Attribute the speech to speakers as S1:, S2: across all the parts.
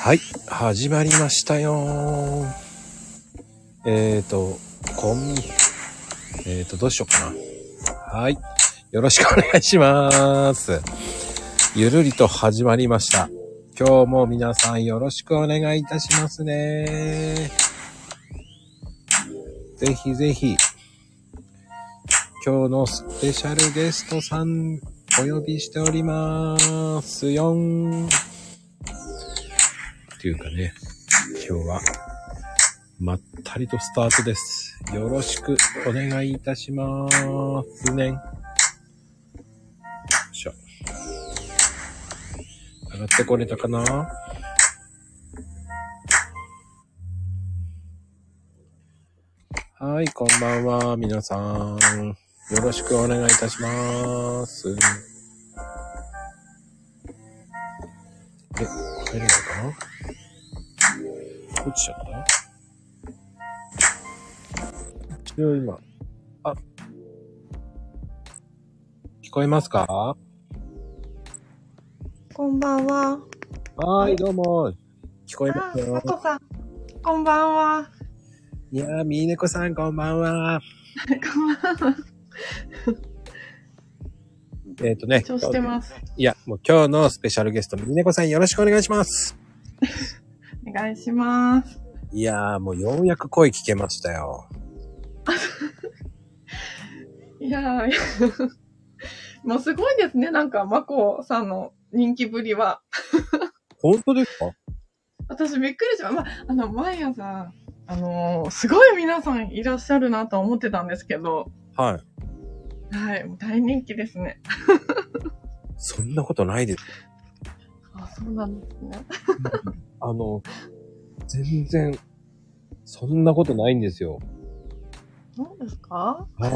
S1: はい、始まりましたよえーと、こん、えーと、どうしようかな。はい、よろしくお願いします。ゆるりと始まりました。今日も皆さんよろしくお願いいたしますね。ぜひぜひ、今日のスペシャルゲストさん、お呼びしておりますよん。っていうかね、今日は、まったりとスタートです。よろしくお願いいたしますね。よいしょ。上がってこれたかなはい、こんばんは、皆さん。よろしくお願いいたします。で、入れるのかな落ちちゃった一応今。あ。聞こえますかは
S2: こんばんは。
S1: ーい、どうも。聞こえま
S2: あ、
S1: すよ
S2: ま。こさん。こんばんは。
S1: いやー、みーねこさん、こんばんは。
S2: こんばんは。
S1: えっ、とね。
S2: 調子出ます。
S1: いや、もう今日のスペシャルゲスト、みーねこさん、よろしくお願いします。
S2: お願いします。
S1: いやー、もうようやく声聞けましたよ。
S2: いやー、 もうすごいですね。なんか、まこさんの人気ぶりは。
S1: 本当ですか
S2: 私びっくりしました。まあ、あの、毎朝、あのーすごい皆さんいらっしゃるなとは思ってたんですけど、
S1: はい。
S2: はい、もう大人気ですね。
S1: そんなことないです。
S2: あ、そうなんですね。
S1: あの、全然、そんなことないんですよ。
S2: どうですか
S1: はい。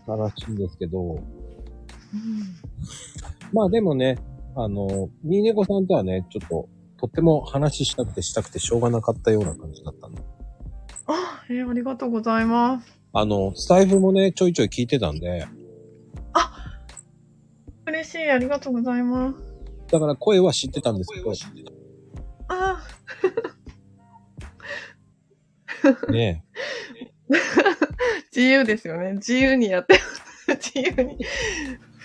S1: 素晴らしいんですけど。
S2: うん。
S1: まあでもね、あの、ニーネコさんとはね、ちょっと、とっても話したくてしたくてしょうがなかったような感じだったんで。
S2: あ、えーありがとうございます。
S1: あの、スタイフもね、ちょいちょい聞いてたんで、
S2: 嬉しい。ありがとうございます。
S1: だから声は知ってたんですけど、
S2: あー
S1: ね、
S2: 自由ですよね。自由にやってます。自由に。
S1: い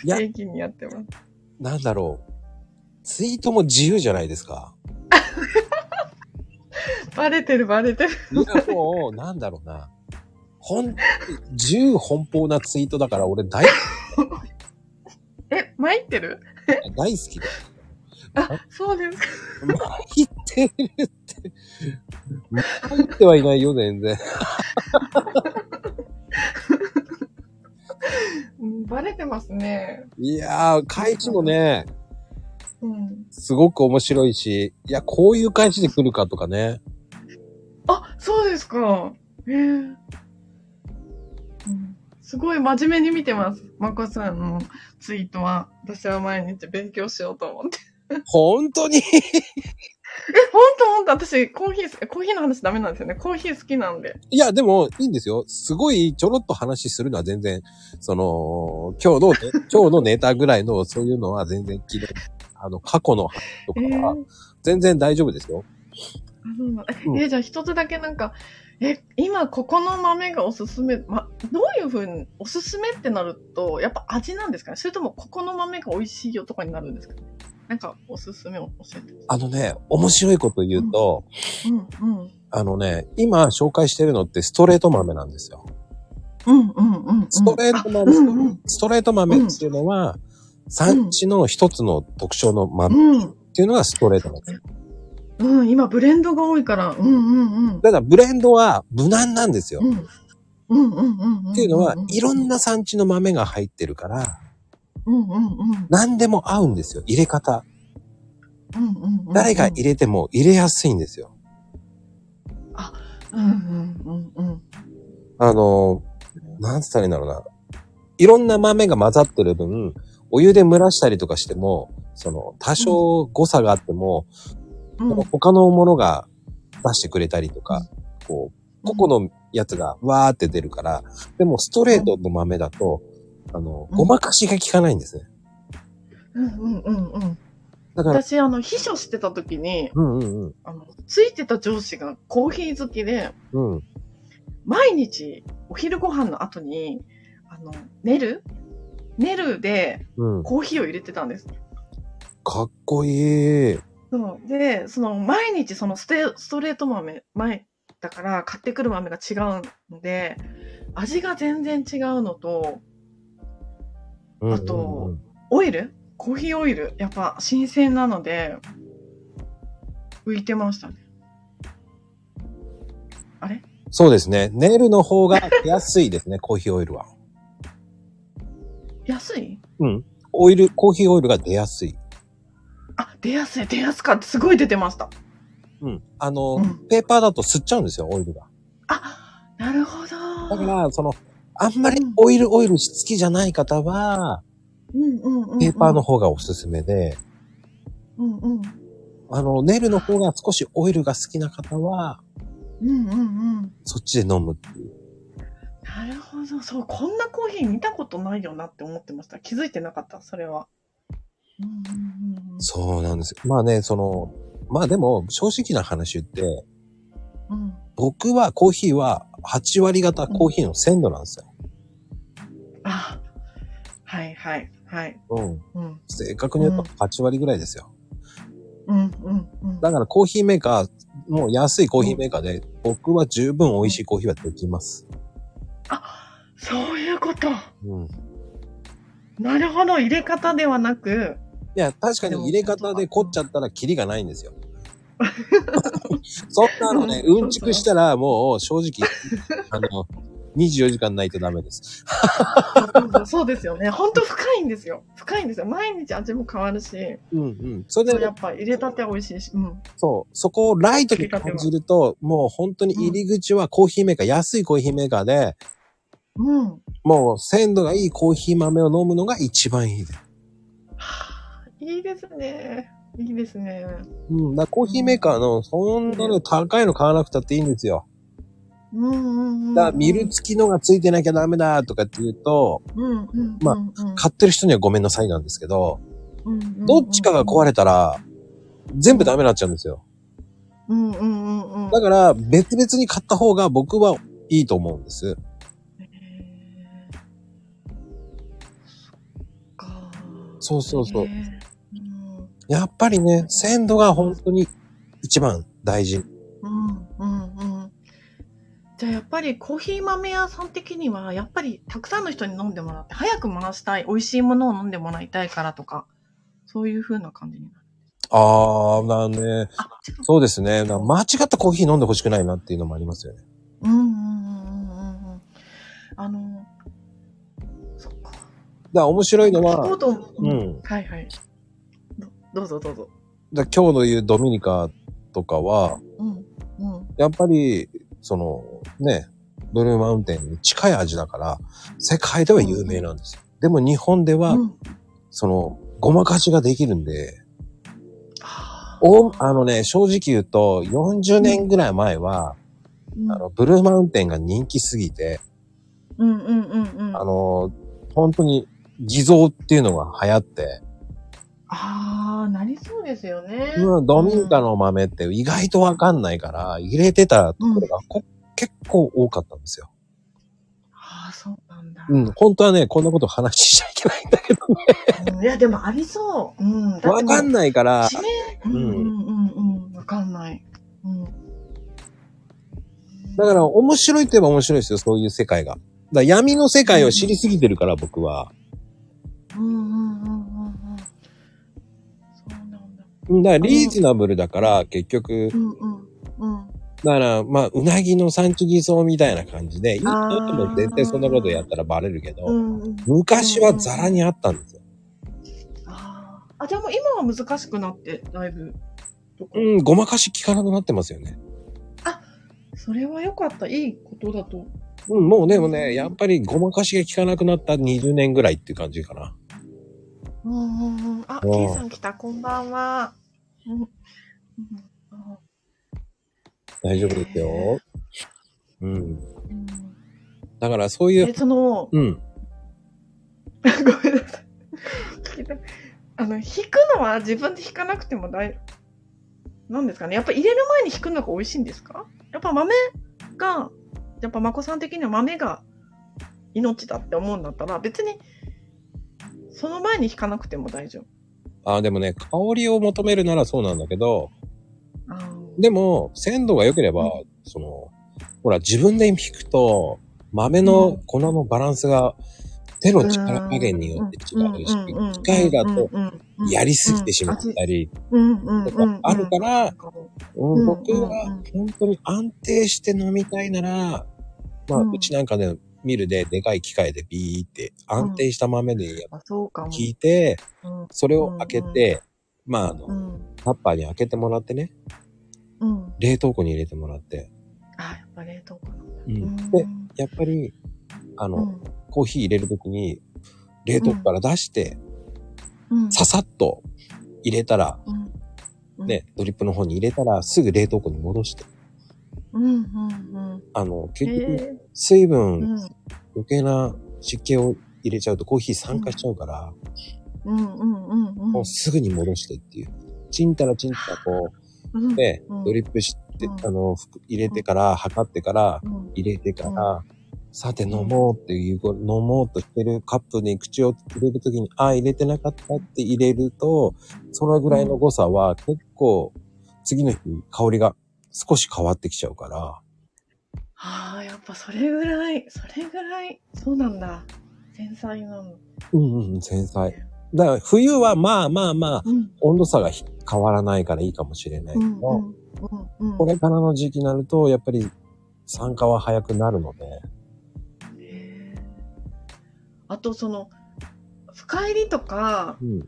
S2: 不
S1: や
S2: 定期にやってます。
S1: なんだろう。ツイートも自由じゃないですか。
S2: バレてる、バレてる。
S1: いや、もう、なんだろうな。ほん、自由奔放なツイートだから俺大、
S2: え、参ってる
S1: 大好きだ。
S2: あ、そうですか。
S1: まあ、言ってるって。まあ、言ってはいないよ、全然。
S2: うんバレてますね。
S1: いやー、開示もね、
S2: うん。
S1: すごく面白いし、いや、こういう開示で来るかとかね。
S2: あ、そうですか。えーうん、すごい真面目に見てます。まこさんのツイートは。私は毎日勉強しようと思って。
S1: 本当に
S2: え、ほんとほんと。私、コーヒー、コーヒーの話ダメなんですよね。コーヒー好きなんで。
S1: いや、でも、いいんですよ。すごい、ちょろっと話するのは全然、その、今日のね、今日のネタぐらいの、そういうのは全然嫌い。あの、過去の話とか
S2: えー
S1: は、全然大丈夫ですよ。
S2: あそうなんだえ
S1: うん
S2: えじゃあ一つだけなんか、え、今ここの豆がおすすめ、ま、どういうふうに、おすすめってなると、やっぱ味なんですかねそれともここの豆が美味しいよとかになるんですかねなんかおすすめを教えてほ
S1: あのね、面白いこと言うと、
S2: しい。うん、うん。
S1: あのね、今紹介してるのってストレート豆なんですよ。
S2: うん、うん、うん。
S1: ストレート
S2: あ
S1: 豆、
S2: うん、うん。
S1: ストレート豆っていうのは、産地の一つの特徴の豆
S2: うん、
S1: っていうのがストレートなんですよ。
S2: うん、今ブレンドが多いから、うん、うん、うん。
S1: だからブレンドは無難なんですよ。
S2: う
S1: っ
S2: ん、うん、うん、うんうん。
S1: ていうのは、いろん
S2: な、
S1: な産地の豆が入ってるから、
S2: うん、うん、うん。
S1: 何でも合うんですよ。入れ方。
S2: うんうんうん、
S1: 誰が入れても入れやすいんですよ。
S2: うん、うん、うん、うん。
S1: あの、なんつったらいいんだろうな。いろんな豆が混ざってる分、お湯で蒸らしたりとかしても、その、多少誤差があっても、
S2: うん
S1: 他のものが出してくれたりとか、こう、個々のやつがわーって出るから、でもストレートの豆だと、あの、
S2: うん
S1: ごまかしが効かないんですね。
S2: うんうんうんうん。
S1: だから、
S2: 私、あの、秘書してた時に、
S1: うんうん
S2: あの、ついてた上司がコーヒー好きで、
S1: うん。うん。
S2: 毎日お昼ご飯の後に、あの、寝る寝るで
S1: うん。
S2: コーヒーを入れてたんです。
S1: かっこいい。
S2: そう。で、その、毎日そのステ、ストレート豆、前、だから買ってくる豆が違うので、味が全然違うのと、
S1: うん
S2: あと、オイルコーヒーオイルやっぱ新鮮なので、浮いてましたね。あれ
S1: そうですね。ネイルの方が安いですね、コーヒーオイルは。
S2: 安い
S1: うん。オイル、コーヒーオイルが出やすい。
S2: あ、出やすい、出やすかった。すごい出てました。
S1: うん。あの、
S2: うん
S1: ペーパーだと吸っちゃうんですよ、オイルが。
S2: あ、なるほ
S1: だか
S2: ど。
S1: ら、その、あんまりオイルオイル好きじゃない方は、
S2: うんうんうんうん。
S1: ペーパーの。方がおすすめで、
S2: うんうん。
S1: あの、ネイルの方が少しオイルが好きな方は、
S2: うんうんうん。
S1: そっちで飲むっていう。
S2: なるほど。そう、こんなコーヒー見たことないよなって思ってました。気づいてなかった、それは。うんうんうんうん
S1: そうなんですよ。まあね、その、まあでも、正直な話言って、
S2: うん。
S1: 僕はコーヒーは8割型コーヒーの鮮度なんですよ。
S2: あ、はいはいはい。
S1: うん。
S2: うん
S1: 正確に言うと8割ぐらいですよ。
S2: うんうんうん。
S1: だからコーヒーメーカー、もう安いコーヒーメーカーで、僕は十分美味しいコーヒーはできます。
S2: あ、そういうこと。
S1: うん。い
S2: なるほど。入れ方ではなく、
S1: や、確かに入れ方で凝っちゃったらキリがないん ですよ。そんなのね、うんちくしたらもう正直、あの、24時間ないとダメです。
S2: そうですよね。ほんと深いんですよ。深いんですよ。毎日味も変わるし、
S1: うんうん。それ
S2: そう
S1: で
S2: やっぱ入れたて美味しいし。うん。
S1: そう、そこをライトに感じると、もう本当に入り口はコーヒーメーカー、安いコーヒーメーカーで、
S2: うん。
S1: もう鮮度がいいコーヒー豆を飲むのが一番いいです。
S2: はあいいですね。いいですね。
S1: うん、だからコーヒーメーカーの、そんなの高いの買わなくたっていいんですよ。
S2: うんうんうん。
S1: だから、ミル付きのが付いてなきゃダメだとかって言うと、
S2: うんうんうん。
S1: まあ
S2: あ
S1: 買ってる人にはごめんなさいなんですけど、ど
S2: ど
S1: っちかが壊
S2: れ
S1: れたら、全部ダメになっちゃうんですよ。
S2: うんうんうんうん。
S1: だから、別々に買った方が僕はいいと思うんです。
S2: へーそっか。
S1: そうそうそう
S2: へ。ーうん
S1: やっぱりね、鮮度が本当に一番大事。
S2: うんうんうん。じゃあやっぱりコーヒー豆屋さん的にはやっぱりたくさんの人に飲んでもらって早く回したい美味しいものを飲んでもらいたいからとかそういう風な感じになる。
S1: あー、まあね。
S2: あ違う
S1: そうですね。だから間違ったコーヒー飲んでほしくないなっていうのもありますよね。
S2: うんうんうんうんうんうん。あの、そっ
S1: だ
S2: か。
S1: から面白いの
S2: 聞こ
S1: は
S2: う、と思
S1: う
S2: う。うんん。はいはい。どどうぞどうぞ。
S1: だから今日の言うドミニカとかは、
S2: うん。うん。
S1: やっぱり、その、ね、ブルーマウンテンに近い味だから、世界では有名なんですよ。でも日本では、
S2: うん
S1: その、ごまかしができるんで、
S2: あ
S1: お、あのね、正直言うと、40年ぐらい前は、あの、ブルーマウンテンが人気すぎて、
S2: うんうんうんうん。
S1: あ
S2: あ
S1: の、本当に偽造っていうのが流行って、
S2: あー、なりそうですよね。
S1: うん、ドミニカの豆って意外とわかんないから、入れてたところがこ結構多かったんですよ。
S2: ああ、そうなんだ。
S1: うん、本当はね、こんなこと話しちゃいけないんだけど、
S2: うんいや、でもありそう。 うん。
S1: わかん
S2: ない。
S1: ないから、
S2: 地名うんうんうんうん。わかんない。うん。
S1: だから面白いといえば面白いですよ、そういう世界が。だから闇の世界を知りすぎてるから、僕は。
S2: うんうんうんうんうん。そうなんだ。
S1: うんだからリーズナブルだから、結局
S2: う、んうんうん。
S1: だから、まあ、うなぎの産地偽装みたいな感じで、いい
S2: あー
S1: 人でも絶対そんなことやったらバレるけど、
S2: うんうん
S1: 昔はザラにあったんですよ。
S2: あーあ、でも今は難しくなって、だいぶ。とか
S1: うん、ごまかし効かなくなってますよね。
S2: それは良かった。いいことだと。
S1: うん、もうでもね、やっぱりごまかしが効かなくなった20年ぐらいっていう感じかな。
S2: うんうんうん。あ、
S1: うん
S2: K さん来た。こんばんは。うんうんあ
S1: 大丈夫ですよ。うん。
S2: うん
S1: だからそういう、
S2: え、その、
S1: うん。
S2: ごめんなさい。聞きたいあの、の、引くのは自分で引かなくても大、なんですかね。やっぱ入れる前に引くのが美味しいんですかやっぱ豆が、やっぱまこさん的には豆が命だって思うんだったら、別に、その前に引かなくても大丈夫。
S1: ああ、でもね、香りを求めるならそうなんだけど、
S2: あ
S1: でも、鮮度が良ければ、
S2: うん
S1: その、ほら、自分で引くと、豆の
S2: うん
S1: 粉のバランスが、手の力加減によって違うし、機械だと、やりすぎてしまったりとかあるから、うん僕は本当に安定して飲みたいなら、まあ、
S2: うん
S1: うちなんかね、ミルででかい機械でビーって安定した豆でやっ
S2: あ、そうかも。
S1: 聞いて、
S2: うん
S1: それを開けて、まあ、あ
S2: う
S1: の、
S2: ん。
S1: タッパーに開けてもらってね、
S2: うん。
S1: 冷凍庫に入れてもらって、
S2: あ、やっぱ冷凍庫なんだ。
S1: で、やっぱり、あの、
S2: うん
S1: コーヒー入れるときに、冷凍庫から出して、
S2: うん
S1: ささっと入れたら、
S2: うんうん
S1: ね、ドリップの方に入れたら、すぐ冷凍庫に戻して、
S2: うんうん
S1: あの、
S2: うん。
S1: 結局、
S2: へ
S1: 水
S2: ーう
S1: 分、
S2: ん
S1: 余計な湿気を入れちゃうとコーヒー酸化しちゃうから、
S2: うんうんうんうん。
S1: もうすぐに戻してっていう。ちんたらちんたらこ
S2: うん
S1: う、で、
S2: うん
S1: ドリップして、
S2: うん
S1: あの、服入れてから、測ってから、
S2: うん
S1: 入れてから、さて飲もうっていう、飲もうとしてるカップに口を入れるときに、ああ、入れてなかったって入れると、そのぐらいの誤差は結構、次の日香りが少し変わってきちゃうから、
S2: ああ、やっぱそれぐらい、それぐらい、そうなんだ。繊細なの。
S1: うんうん、繊細。だから冬はまあまあまあ、
S2: うん。
S1: 温度差がひ変わらないからいいかもしれないけ
S2: う
S1: ど、
S2: んうんうんうん。
S1: これからの時期になると、やっぱり酸化は早くなるので、
S2: へーあとその、深入りとか、
S1: うん、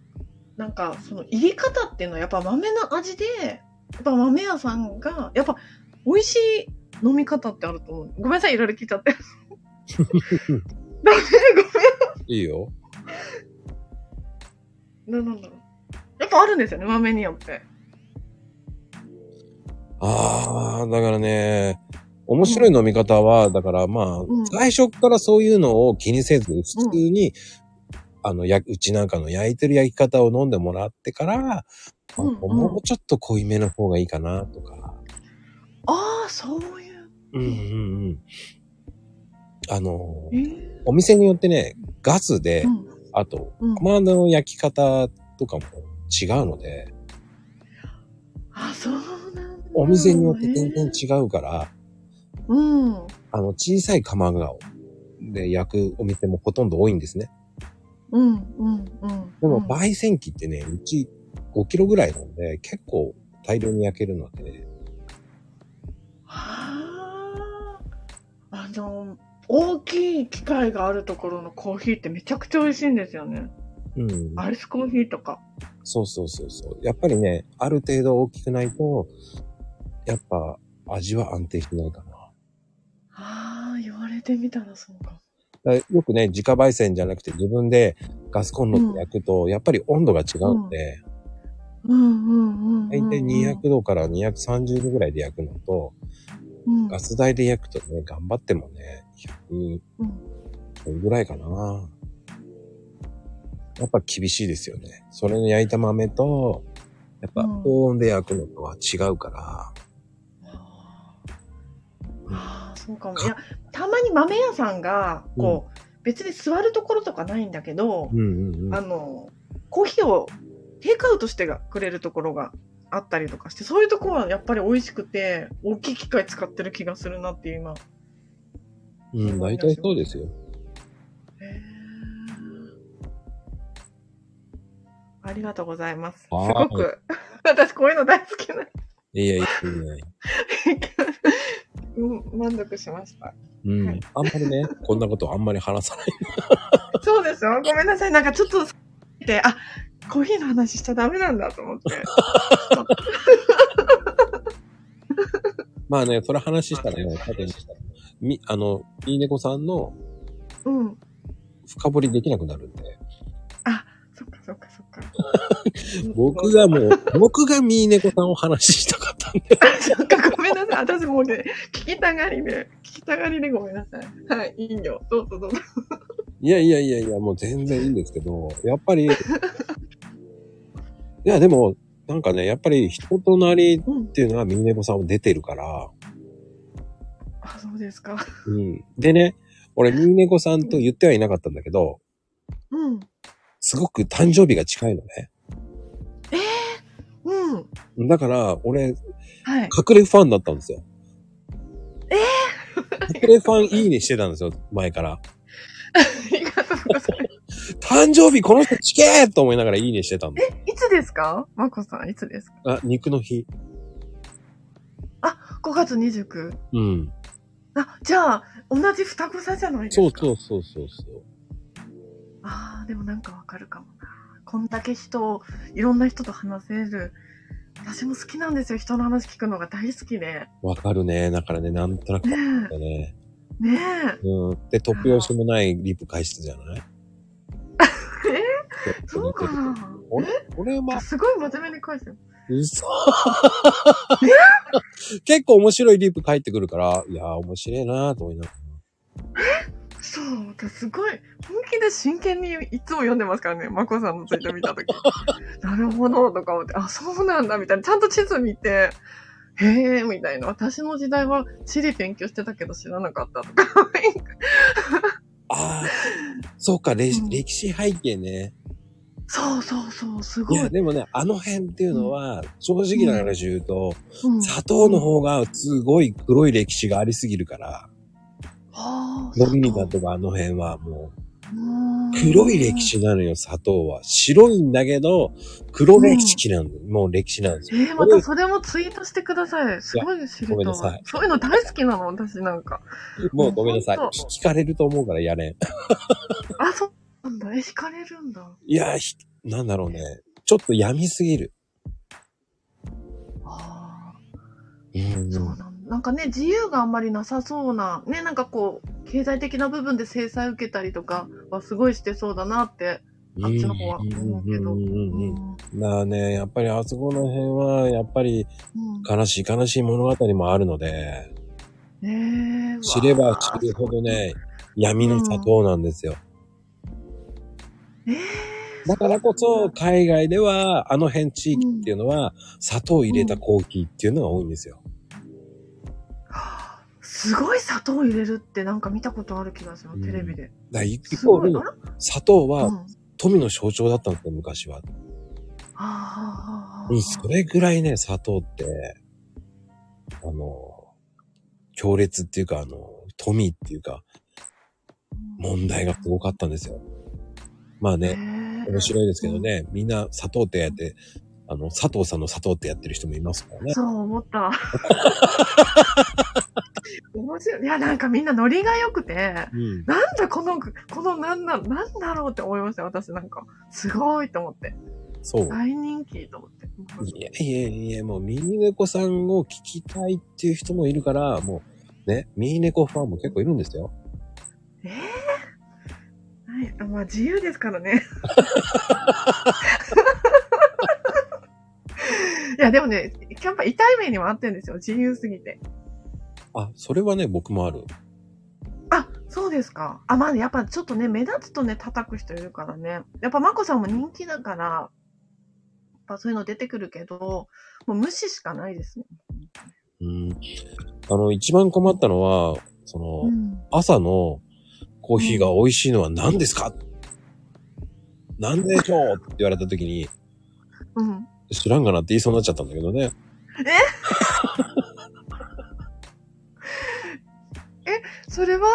S2: なんかその入り方っていうのはやっぱ豆の味で、やっぱ豆屋さんが、やっぱ美味しい飲み方ってあると思う。ごめんなさい、いろいろ聞いちゃって。 ダメ
S1: いいよ。
S2: ごめん。ななんだろう。やっぱあるんですよね、豆によって。
S1: ああ、だからね、面白い飲み方は、だからまあ、
S2: うん
S1: 最初からそういうのを気にせず、普通に、あの、や、うちなんかの焼いてる焼き方を飲んでもらってから、
S2: うんうん
S1: あもうちょっと濃いめの方がいいかな、とか。
S2: ああ、そういう。
S1: うんうんうん。あの
S2: え、ー
S1: お店によってね、ガスで、
S2: うん
S1: あと、
S2: うん
S1: コマンドの焼き方とかも違うので、
S2: あ、そうなんだ。
S1: お店によって全然
S2: えー
S1: 違うから、
S2: うん。
S1: あの、小さい釜が、で焼くお店もほとんど多いんですね。
S2: うん、うん、うん。
S1: でも、
S2: うん
S1: 焙煎機ってね、うち5キロぐらいなんで、結構大量に焼けるので、
S2: はあ。あの、大きい機械があるところのコーヒーってめちゃくちゃ美味しいんですよね。
S1: うん。
S2: アイスコーヒーとか。
S1: そうそうそうそう。やっぱりね、ある程度大きくないと、やっぱ味は安定しないかな。
S2: ああ、言われてみたらそう
S1: だ
S2: か。
S1: からよくね、自家焙煎じゃなくて自分でガスコンロで焼くと、やっぱり温度が違うので、
S2: うんうんうんうん、うん。
S1: 大体200度から230度ぐらいで焼くのと、
S2: うん。
S1: ガス台で焼くとね、頑張ってもね、100ぐらいかな。やっぱ厳しいですよね。それの焼いた豆と、やっぱ
S2: うん
S1: 高温で焼くのとは違うから、
S2: あーあー、そうかも。いや、たまに豆屋さんが、こう、別に座るところとかないんだけど、
S1: うんうんう
S2: あ
S1: ん。
S2: の、コーヒーをテイクアウトしてがくれるところがあったりとかして、そういうところはやっぱり美味しくて、大きい機械使ってる気がするなっていう今。
S1: うん、大体そうですよ。
S2: へーありがとうございます。す
S1: はい
S2: ごく、 私こういうの大好きな。
S1: いやいやいや。
S2: うん、満足しました。
S1: うん
S2: はい。
S1: あんまりね、こんなことあんまり話さない。
S2: そうでしょごめんなさい。なんかちょっと、で、あ、コーヒーの話しちゃダメなんだと思って。
S1: まあね、それ話したらね、多分、み、あの、いい猫さんの
S2: うん。
S1: 深掘りできなくなるんで。
S2: そっかそっかそっか。
S1: 僕 がもう、僕がミーネコさんを話したかったんで。
S2: なんかごめんなさい。私もうね、聞きたがりで、聞きたがりでごめんなさい。はい、いいよ。どうぞどうぞ。
S1: いやいやいやいや、もう全然いいんですけど、やっぱり、いや、でも、なんかね、やっぱり人となりっ
S2: うん。
S1: ていうのはミネボさんも出てるから、
S2: あ、そうですか。
S1: うん。でね、俺、ミネコさんと言ってはいなかったんだけど、
S2: うん。
S1: すごく誕生日が近いのね。
S2: うん。
S1: だから、俺、
S2: はい。
S1: 隠れファンだったんですよ。
S2: え
S1: 隠れファンいいねしてたんですよ、前から。
S2: ありがとうございま
S1: 誕生日この人ちけーと思いながらいいねしてたんだ。
S2: す。いつですかまこさん、いつですか
S1: あ、肉の日。
S2: ?5 月29。
S1: うん。
S2: あ、じゃあ、同じ双子座じゃないですか。
S1: そうそうそうそうそう。
S2: ああ、でもなんかわかるかもな。こんだけ人を、いろんな人と話せる。私も好きなんですよ。人の話聞くのが大好きで。
S1: わかるね。だからね、なんとなくわ
S2: ね
S1: かるね。
S2: え。ね
S1: うん。で、突拍子もないリプ返してたじゃない
S2: え。え
S1: ちょっと
S2: そう
S1: 見て
S2: か
S1: る
S2: な
S1: 俺は、まあ、
S2: すごい真面目に返してる。
S1: 嘘結構面白いリプ返ってくるから、いやー面白いなーと思いながら。
S2: そう、私すごい、本気で真剣にいつも読んでますからね、まこさんのツイート見たとき。なるほど、とか思って、あ、そうなんだ、みたいな。ちゃんと地図見て、へえ、みたいな。私の時代は地理勉強してたけど知らなかったとか。
S1: ああ、そうか、歴
S2: うん
S1: 歴史背景ね。
S2: そうそうそう、す
S1: い
S2: ごい
S1: や、。でもね、あの辺っていうのは、正直な話言うと、
S2: うん
S1: 砂糖の方がすごい黒い歴史がありすぎるから、
S2: あー
S1: のびりだとかあの辺はもう、
S2: うん
S1: 黒い歴史なのよ、砂糖は。白いんだけど、黒歴史なんだよ。もう歴史なんですよ。
S2: えー、またそれもツイートしてください。すごい知り
S1: ごめん
S2: た
S1: ないさい。
S2: そういうの大好きなの、私なんか。
S1: もうごめんなさい。
S2: ほんと
S1: 聞かれると思うからやれん。
S2: あ、そうなんだ。え、惹かれるんだ。
S1: いやー、ひなんだろうね。ちょっと闇すぎる。
S2: ああ。
S1: うん
S2: そうなんなんかね、自由があんまりなさそうな、ね、なんかこう、経済的な部分で制裁受けたりとかはすごいしてそうだなって。あっちの方は思うけど
S1: ん
S2: うん
S1: うんうん
S2: ん。
S1: まあね、やっぱりあそこの辺は、やっぱり悲しい悲しい物語もあるので、
S2: ねえ。
S1: 知れば知るほどね、闇の砂糖なんですよ。
S2: ええ
S1: だからこそ、海外では、あの辺地域っていうのは、砂糖を入れたコーヒーっていうのが多いんですよ。
S2: すごい砂糖を入れるってなんか見たことある気がする、
S1: うん
S2: テレビで。
S1: だから一
S2: す
S1: 方
S2: ごい。
S1: で
S2: あ、ら
S1: 砂糖
S2: うん。
S1: は
S2: は
S1: 富の象徴だったんですよ、昔は。
S2: あはあはあはあ
S1: うん、それぐらいね、砂糖って、あの、強烈っていうか、あの、富っていうか、問題がすごかったんですよ。まあね、
S2: ねえ
S1: 面白いですけどね、みんな砂糖ってやって、あの、佐藤さんの砂糖ってやってる人もいますからね。
S2: そう思った。 面白い。いや、なんかみんなノリが良くて。
S1: うん。
S2: なんだこの、このなんだ、なんだろうって思いました、私なんか。すごいと思って。
S1: そう。
S2: 大人気と思って。
S1: いやいやいや、もうミニネコさんを聞きたいっていう人もいるから、もう、ね、ミニネコファンも結構いるんですよ。
S2: ええはいあ、まあ自由ですから ね。いや、でもね、キャンパー痛い目にもあってんですよ。自由すぎて。
S1: あ、それはね、僕もある。
S2: あ、そうですか。あ、まあ、やっぱちょっとね、目立つとね、叩く人いるからね。やっぱ、まこさんも人気だから、やっぱそういうの出てくるけど、もう無視しかないですね。
S1: うん。あの、一番困ったのは、その、
S2: ん。
S1: 朝のコーヒーが美味しいのは何ですか、何でしょうって言われた時に、
S2: うん。
S1: 知らんがなって言いそうになっちゃったんだけどね。
S2: それは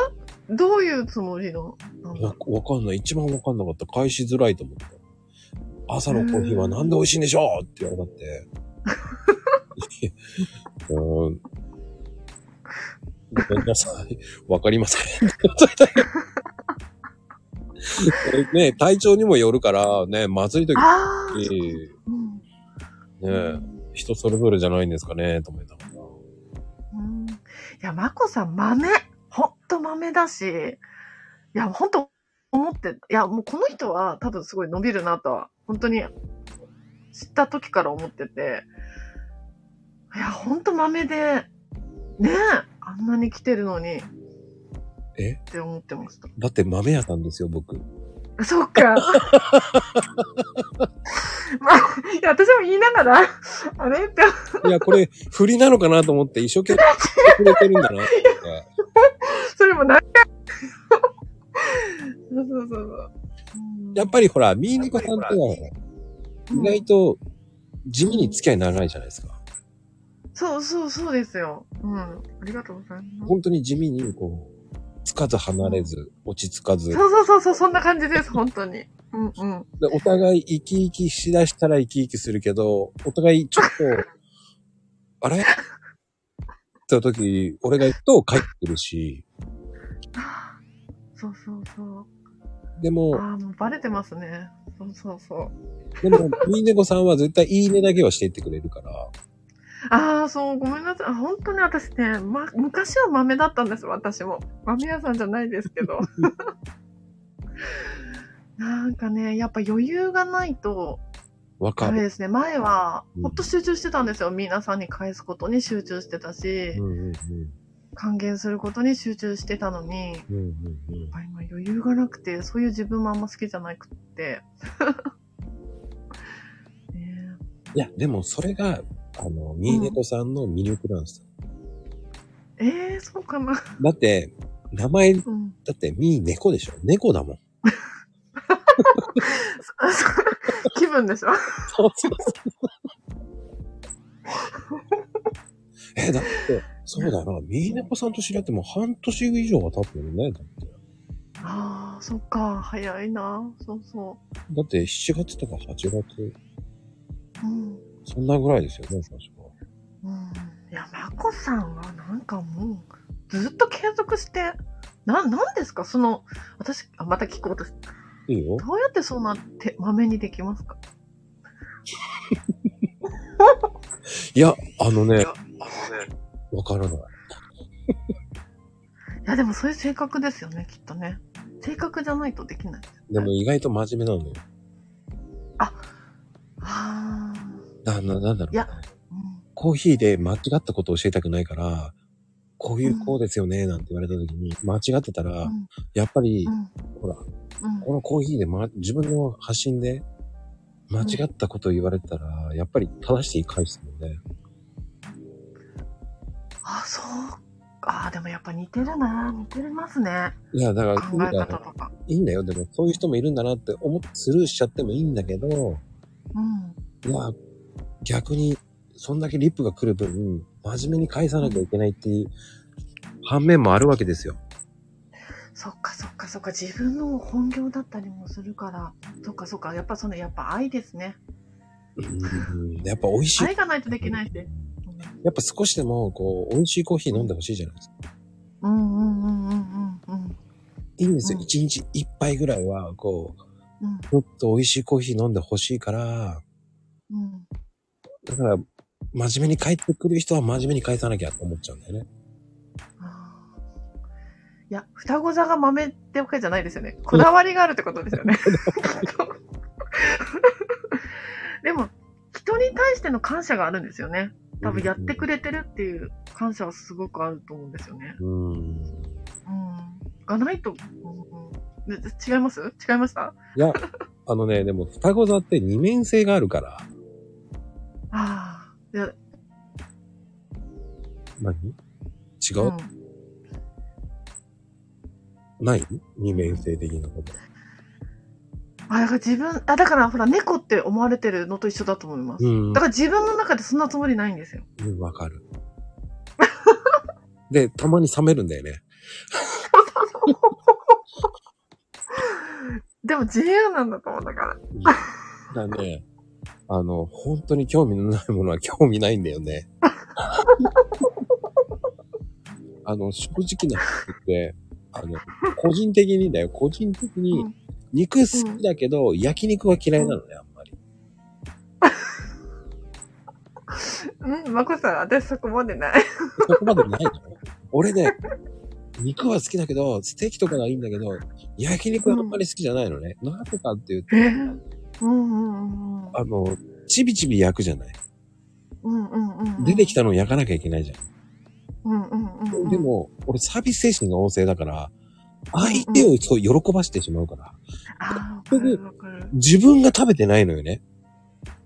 S2: どういうつもりのなんだ
S1: わわかんない。一番わかんなかった。返しづらいと思った。朝のコーヒーはなんで美味しいんでしょうって言わ れたって。うーん。ごめんなさい。わかりません。 これね、体調にもよるから、ね、まずい時
S2: ああ、
S1: に、
S2: うん
S1: ね、人それぞれじゃないんですかね、と思いながら。
S2: うんいや、まこさん、豆。ほんと豆だし。いや、ほんと思って、いや、もうこの人は多分すごい伸びるなとは、本当に知った時から思ってて。いや、ほんと豆で、ねえ、あんなに来てるのに。
S1: え
S2: って思ってました。
S1: だって豆 屋さんですよ、僕。
S2: そっか。まあ、
S3: いや、私も言いながら、あれって、
S1: いや、これ、振りなのかなと思って、一生懸命やってくれてるんだなって。
S3: それも何 回そうそうそうそう。
S1: やっぱりほら、ミーネコさんってのは、意外と、地味に付き合い長いじゃないですか。
S2: そうそうそうですよ。うん。ありがとうございます。
S1: 本当に地味に、こう、つかず離れず、落ち着かず、で
S2: そうそうそうそう、そんな感じです、本当に。うんうん。
S1: お互い生き生きしだしたら生き生きするけど、お互いちょっと、あれって時、俺が行くと帰ってるし、
S2: そうそうそう。
S1: でも、
S2: ああ、もうバレてますね。そうそうそう。
S1: でも、ミーネコさんは絶対いいねだけはしていってくれるから、
S2: ああ、そう、ごめんなさい。あ本当に私ね、ま、昔は豆だったんです、私も。豆屋さんじゃないですけ ど。なんかね、やっぱ余裕がないと、
S1: わか
S2: あれ
S1: る。
S2: ですね、前は
S1: う、ん
S2: ほっと集中してたんですよ。皆さんに返すことに集中してたし
S1: うん、うん
S2: 還元することに集中してたのに、やっ
S1: うんうんうんうん
S2: ぱ今余裕がなくて、そういう自分もあんま好きじゃなくって。 ね
S1: い
S2: え
S1: や、でもそれが、あの、ミーネコさんの魅力なんですよ。
S2: ええそうかな。
S1: だって、名前、だ
S2: うん。
S1: ってミーネコでしょ猫だもん。
S2: あそう 気分でしょ
S1: そうそうえ、だって、そうだな、ミーネコさんと知り合ってもう半年以上は経ってるね。だって、
S2: ああ、そっか、早いな。そうそ
S1: だって7月とか8月、
S2: う。うん。
S1: そんなぐらいですよね、確か。
S2: うん。いや、まこさんはなんかもう、ずっと継続して、な、なんですかその、私、あ、また聞こうとし
S1: いいよ。
S2: どうやってそんな手、まめにできますか
S1: いや、あのね
S2: や、
S1: わからない。
S2: いや、でもそういう性格ですよね、きっとね。性格じゃないとできない。
S1: でも意外と真面目なのよ。
S2: ああ。
S1: な、な、なんだろう。
S2: いやうん
S1: コーヒーで間違ったことを教えたくないから、こういうこうですよね、なんて言われた時に、間違ってたら、
S2: うん
S1: やっぱり
S2: う、ん。
S1: ほら、
S2: うん。
S1: このコーヒーで、ま、自分の発信で、間違ったことを言われたら、やっぱり正して返すので、
S2: あ、そう。ああ、でもやっぱ似てるな。似てますね。
S1: いや、だから、
S2: 考え
S1: いいんだ
S2: 方
S1: よ
S2: とか。
S1: いいんだよ。でも、そういう人もいるんだなって思ってスルーしちゃってもいいんだけど、
S2: うん。
S1: いや、逆に、そんだけリップが来る分、真面目に返さなきゃいけないっていう、反面もあるわけですよ。
S2: そっかそっかそっか自分の本業だったりもするからそっかそっかやっぱそのやっぱ愛ですね
S1: うんやっぱ美味しい
S2: 愛がないとできないし、
S1: やっぱ少しでも、こう、美味しいコーヒー飲んでほしいじゃないですか。
S2: うん、うんうんうんうんうん
S1: いいんですよ。
S2: うん
S1: 一、日一杯ぐらいは、こう、
S2: うん
S1: もっと美味しいコーヒー飲んでほしいから、
S2: うん
S1: だから、真面目に帰ってくる人は真面目に返さなきゃと思っちゃうんだよね。
S2: あーいや双子座が豆ってわけじゃないですよねこだわりがあるってことですよ ね でも人に対しての感謝があるんですよね多分やってくれてるっていう感謝はすごくあると思うんですよね
S1: うん。
S2: うんがないと、うんうんで違います違いました
S1: いや、あのね、でも双子座って二面性があるから。
S2: ああ、いや、
S1: 何違
S2: う
S1: う、
S2: ん。
S1: ない二面性的なこと。
S2: あ、だから自分、あ、だからほら、猫って思われてるのと一緒だと思います。
S1: うん
S2: だ。から自分の中でそんなつもりないんですよ。
S1: うんわかる。で、たまに冷めるんだよね。
S2: でも自由なんだと思う、だから。
S1: だね、あの、本当に興味のないものは興味ないんだよね。 あの、正直な話って、あの、個人的にだよ、個人的に
S2: うん、
S1: 肉好きだけど、焼肉は嫌いなのね、あんまり。
S2: うん、まこさん、私そこまでない。
S1: そこまでないの俺ね、肉は好きだけど、ステーキとかがいいんだけど、焼肉はあんまり好きじゃないのね。なぜかっていうと、
S2: えうんうんうん。
S1: あの、ちびちび焼くじゃない。
S2: うんうんうん。
S1: 出てき。たのを焼かなきゃいけないじゃん。
S2: うんうんうんうん。
S1: で、も、俺サービス精神が旺盛だから、相手をそう喜ばしてしまうから、
S2: ああ、わかるわかる。
S1: 自分が食べてないのよね。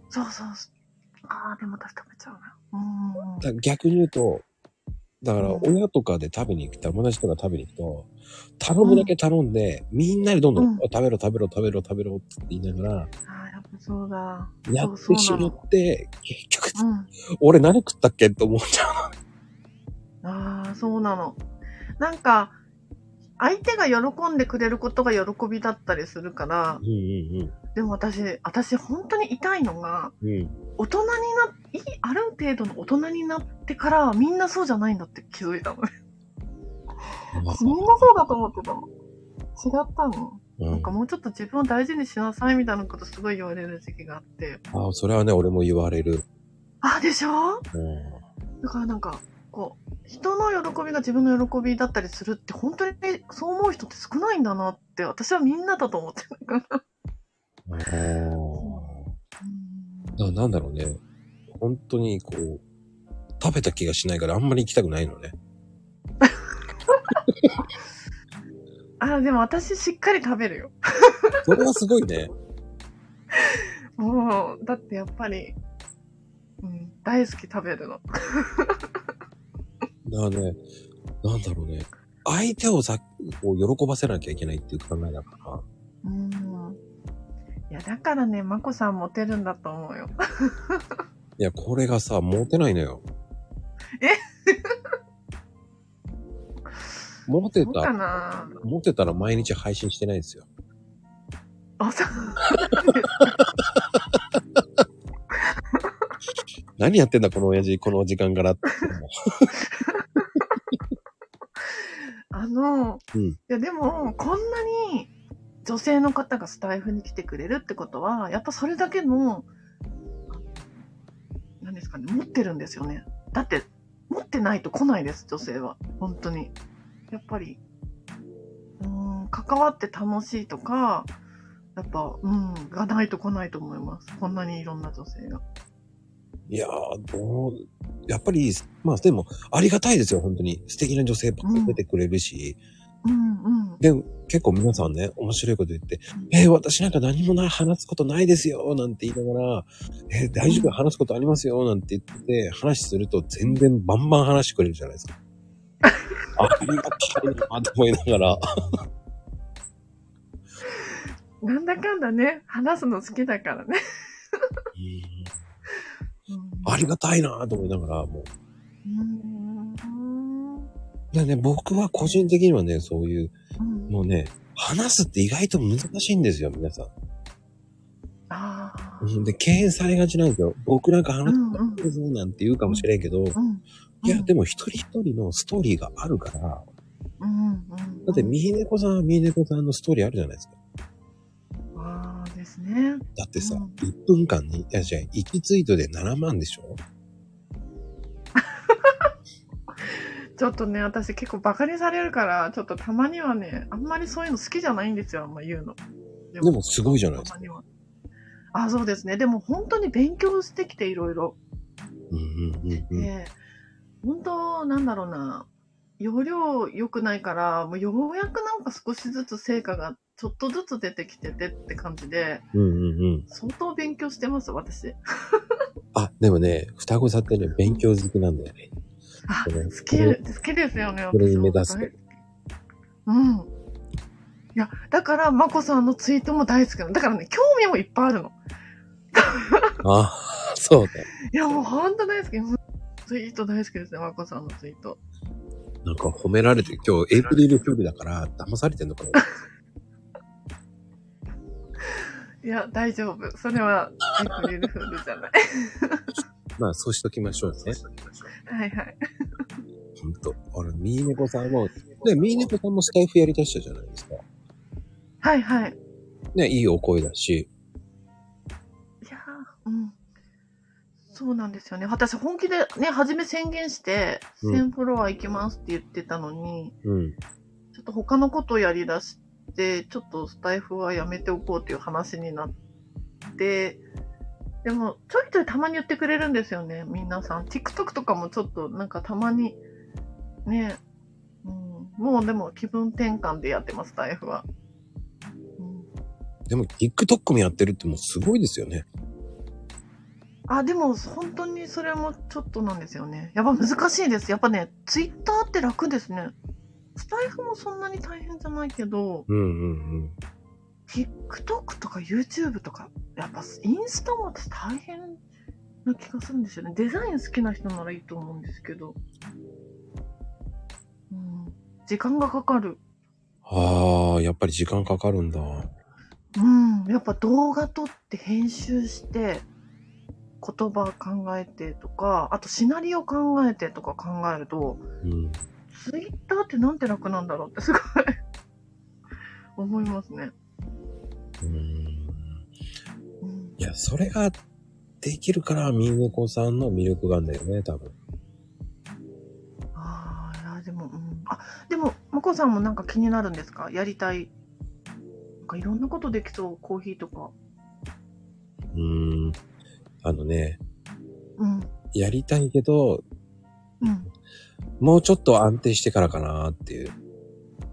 S2: そうそうそ
S3: ああ、でも私食べちゃうな。
S2: う。うん。
S1: だ逆に言うと、だから親とかで食べに行く、友達とか食べに行くと、頼むだけ頼んで、みんなでどんどん、
S2: うん
S1: あ食べろ食べろ食べろ食べろって言いながら、
S3: ああ、やっぱそうだ。
S1: やっ
S2: そ
S1: て
S2: う
S1: し
S2: そうな
S1: ま
S2: の
S1: って、結局、
S2: うん。
S1: 俺何食ったっけって思っちゃ
S2: ああ、そうなの。なんか、相手が喜んでくれることが喜びだったりするから
S1: う。、うん
S2: でも私、私本当に痛いのが、
S1: うんうん。うん。
S2: 大人にな、いい、ある程度の大人になってからはみんなそうじゃないんだって気づいたの。みんなそうだと思ってたの。違ったの。
S1: う
S2: なん
S1: ん
S2: かもうちょっと自分を大事にしなさいみたいなことすごい言われる時期があって。
S1: ああ、それはね、俺も言われる。
S2: ああ、でしょ
S1: うん
S2: だからなんか、こう、人の喜びが自分の喜びだったりするって本当にそう思う人って少ないんだなって私はみんなだと思ってるから。
S1: ああ。ななんだろうね。本当にこう、食べた気がしないからあんまり行きたくないのね。
S2: ああ、でも私しっかり食べるよ。
S1: それはすごいね。
S2: もう、だってやっぱり、うん、大好き食べるの。
S1: だからね、なんだろうね。相手をさ、こう喜ばせなきゃいけないっていう考えだか
S2: うん。いや、だからね、まこさんモテるんだと思うよ。
S1: ら。いや、これがさ、モテないのよ。
S2: え
S1: モテ
S2: そうか
S1: た、
S2: な
S1: モテたら毎日配信してないんですよ。
S2: あ、そう。
S1: 何やってんだ、この親父、この時間からって。
S2: あの、
S1: うん
S2: いやでも、こんなに女性の方がスタイフに来てくれるってことは、やっぱそれだけの、あの何ですかね、持ってるんですよね。だって、持ってないと来ないです、女性は。本当に。やっぱり、うーん、関わって楽しいとか、やっぱ、うん、がないと来ないと思います。こんなにいろんな女性が。
S1: いやー、どう、やっぱり、まあでも、ありがたいですよ、本当に。素敵な女性ばっかり出てくれるし、
S2: うん、うん。
S1: で、結構皆さんね、面白いこと言って、えー私なんか何もない、話すことないですよ、なんて言いながら、えー大丈夫、話すことありますよ、なんて言って、話すると全然バンバン話してくれるじゃないですか。ありがたいなと思いながら、
S2: なんだかんだね、話すの好きだからね。
S1: ありがたいなと思いながら、もう。
S2: うんうん
S1: だからね、僕は個人的にはね、そういう、
S2: うん
S1: もうね、話すって意外と難しいんですよ、皆さん。
S2: ああ。
S1: うんで、敬遠されがちなんですよ。僕なんか
S2: う
S1: 話
S2: んうん
S1: すぞなんて言うかもしれんけど、
S2: うん。
S1: いや、でも一人一人のストーリーがあるから、だ
S2: うんうん。
S1: って、ミヒネコさんはミヒネコさんのストーリーあるじゃないですか。
S2: ああですね。
S1: だってさ、
S2: うん
S1: 1分間に、いや、じゃあ1ツイートで7万でしょ
S2: ちょっとね、私結構バカにされるから、ちょっとたまにはね、あんまりそういうの好きじゃないんですよ、あんま言うの。で
S1: でもすごいじゃないです
S2: た
S1: か
S2: ま。には。ああ、そうですね。でも本当に勉強してきていろいろ。
S1: うんうんうんうん。
S2: で、本当、なんだろうな。容量良くないから、もうようやくなんか少しずつ成果がちょっとずつ出てきててって感じで、
S1: うんうんうん。
S2: 相当勉強してます、私。
S1: あ、でもね、双子さんってね、勉強好きなんだよね。
S2: あ
S1: これ
S2: 好きで好きですよね。
S1: これに
S2: 私も
S1: 目指すと
S2: 大好きうん。いや、だから、まこさんのツイートも大好きなの。だからね、興味もいっぱいあるの。
S1: あ、そうね。
S2: いや、もうほんと大好き。うんツイート大好きですね、まこさんのツイート。
S1: なんか褒められて、今日エイプリルフールだから、騙されてんのかな。
S2: いや、大丈夫。それは、エイプリルフールじゃない。
S1: まあ、そうしときましょうね。
S2: はいはい。
S1: ほんと。あれ、ミーネコさんも、ね、ミーネコさんもスタイフやりだしたじゃないですか。
S2: はいはい。
S1: ね、いいお声だし。
S2: いやーうん。そうなんですよね。私、本気でね、初め宣言して、
S1: うん
S2: 1000フォロワー行きますって言ってたのに、
S1: うん。
S2: ちょっと他のことをやりだして、ちょっとスタイフはやめておこうという話になって、でも、ちょいちょいたまに言ってくれるんですよね、皆さん。TikTok とかもちょっと、なんかたまに、ね、うん、もうでも気分転換でやってます、スタイフは。うん
S1: でも、TikTok もやってるってもうすごいですよね。
S2: あ、でも本当にそれもちょっとなんですよね。やっぱ難しいです。やっぱね、ツイッターって楽ですね。スタイフもそんなに大変じゃないけど、
S1: うんうん
S2: TikTok とか YouTube とか、やっぱインスタも私大変な気がするんですよね。デザイン好きな人ならいいと思うんですけど。うん、時間がかかる。
S1: うん。ああ、やっぱり時間かかるんだ。
S2: うん、やっぱ動画撮って編集して、言葉考えてとか、あとシナリオ考えてとか考えると、
S1: うん。
S2: ツイッターってなんて楽なんだろうってすごい 思いますね。
S1: うん
S2: うん、
S1: いや、それができるから、ミーネコさんの魅力があるんだよね、多分。
S2: ああ、いや、でも、うん。あ、でも、まこさんもなんか気になるんですかやりたい。なんかいろんなことできそう、コーヒーとか。
S1: うん。あのね、
S2: うん、
S1: やりたいけど、
S2: うん。
S1: もうちょっと安定してからかなっていう。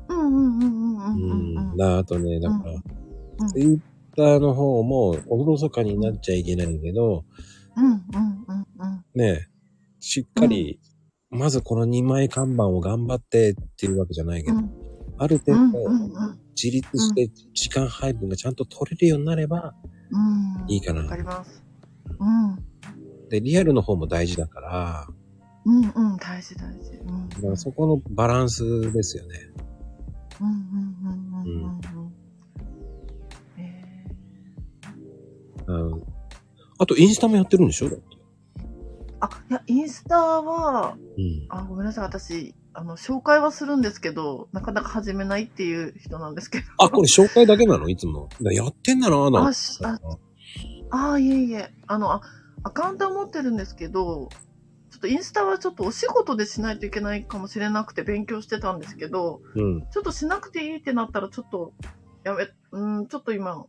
S2: うんうんうんうんう
S1: うん。
S2: うんうんん。
S1: なあとね、だから
S2: うん、
S1: ツイッターの方も、おろそかになっちゃいけないけど、
S2: うんうんうんうん。
S1: ね、しっかり、まずこの2枚看板を頑張ってっていうわけじゃないけ
S2: う
S1: ど、
S2: ん
S1: ある
S2: う
S1: 程
S2: ん
S1: 度
S2: うんうん
S1: 自立して時間配分がちゃんと取れるようになれば、
S2: うん。
S1: いいかな
S2: わかります。うん。
S1: で、リアルの方も大事だから、
S2: うんうん、大事大事。うん。
S1: だからそこのバランスですよね。
S2: うんうんうんうんうんうん。え
S1: うん。あと、インスタもやってるんでしょだって。
S2: ーあ、いや、インスタは、
S1: うん。
S2: あ、ごめんなさい、私、あの、紹介はするんですけど、なかなか始めないっていう人なんですけど。
S1: あ、これ紹介だけなのいつも。だやってんだなぁ、なん
S2: あ、
S1: か
S2: しあ、あ、いえいえ、あの、あ、アカウントは持ってるんですけど、ちょっとインスタはちょっとお仕事でしないといけないかもしれなくて勉強してたんですけど、
S1: うん。
S2: ちょっとしなくていいってなったら、ちょっと、やめ、うん、ちょっと今、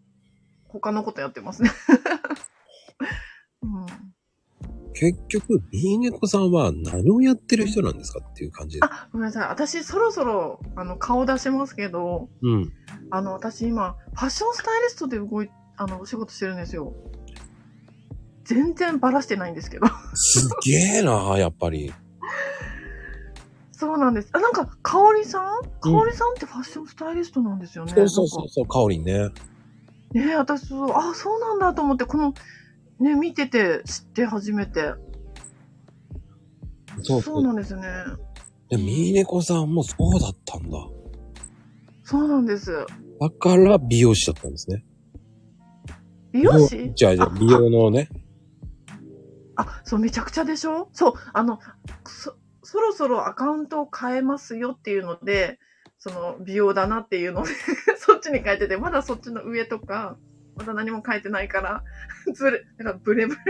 S2: 他のことやってますね。 うん、
S1: 結局、ビーネコさんは何をやってる人なんですかっていう感じで。
S2: あ、ごめんなさい。私、そろそろ、あの、顔出しますけど、
S1: うん。
S2: あの、私今、ファッションスタイリストで動い、あの、お仕事してるんですよ。全然バラしてないんですけど。
S1: すげえなぁ、やっぱり。
S2: そうなんです。あ、なんか、かおりさんかおりさんってファッションスタイリストなんですよね。
S1: そうそうそ
S2: なん
S1: う
S2: か
S1: そう、カオリンね。
S2: ねえ、私そう、あ、そうなんだと思って、この、ね、見てて、知って初めて。
S1: そう
S2: そ
S1: そうう。
S2: なんですね。
S1: で、ミーネコさんもそうだったんだ。
S2: そうなんです。
S1: だから美容師だったんですね。
S2: 美容師
S1: じゃあ、じゃあ美容のね。
S2: あ、そう、めちゃくちゃでしょそう、あの、そ、そろそろアカウントを変えますよっていうので、その、美容だなっていうので、 そっちに変えてて、まだそっちの上とか、まだ何も変えてないから、 ずれ、なんかブレブレ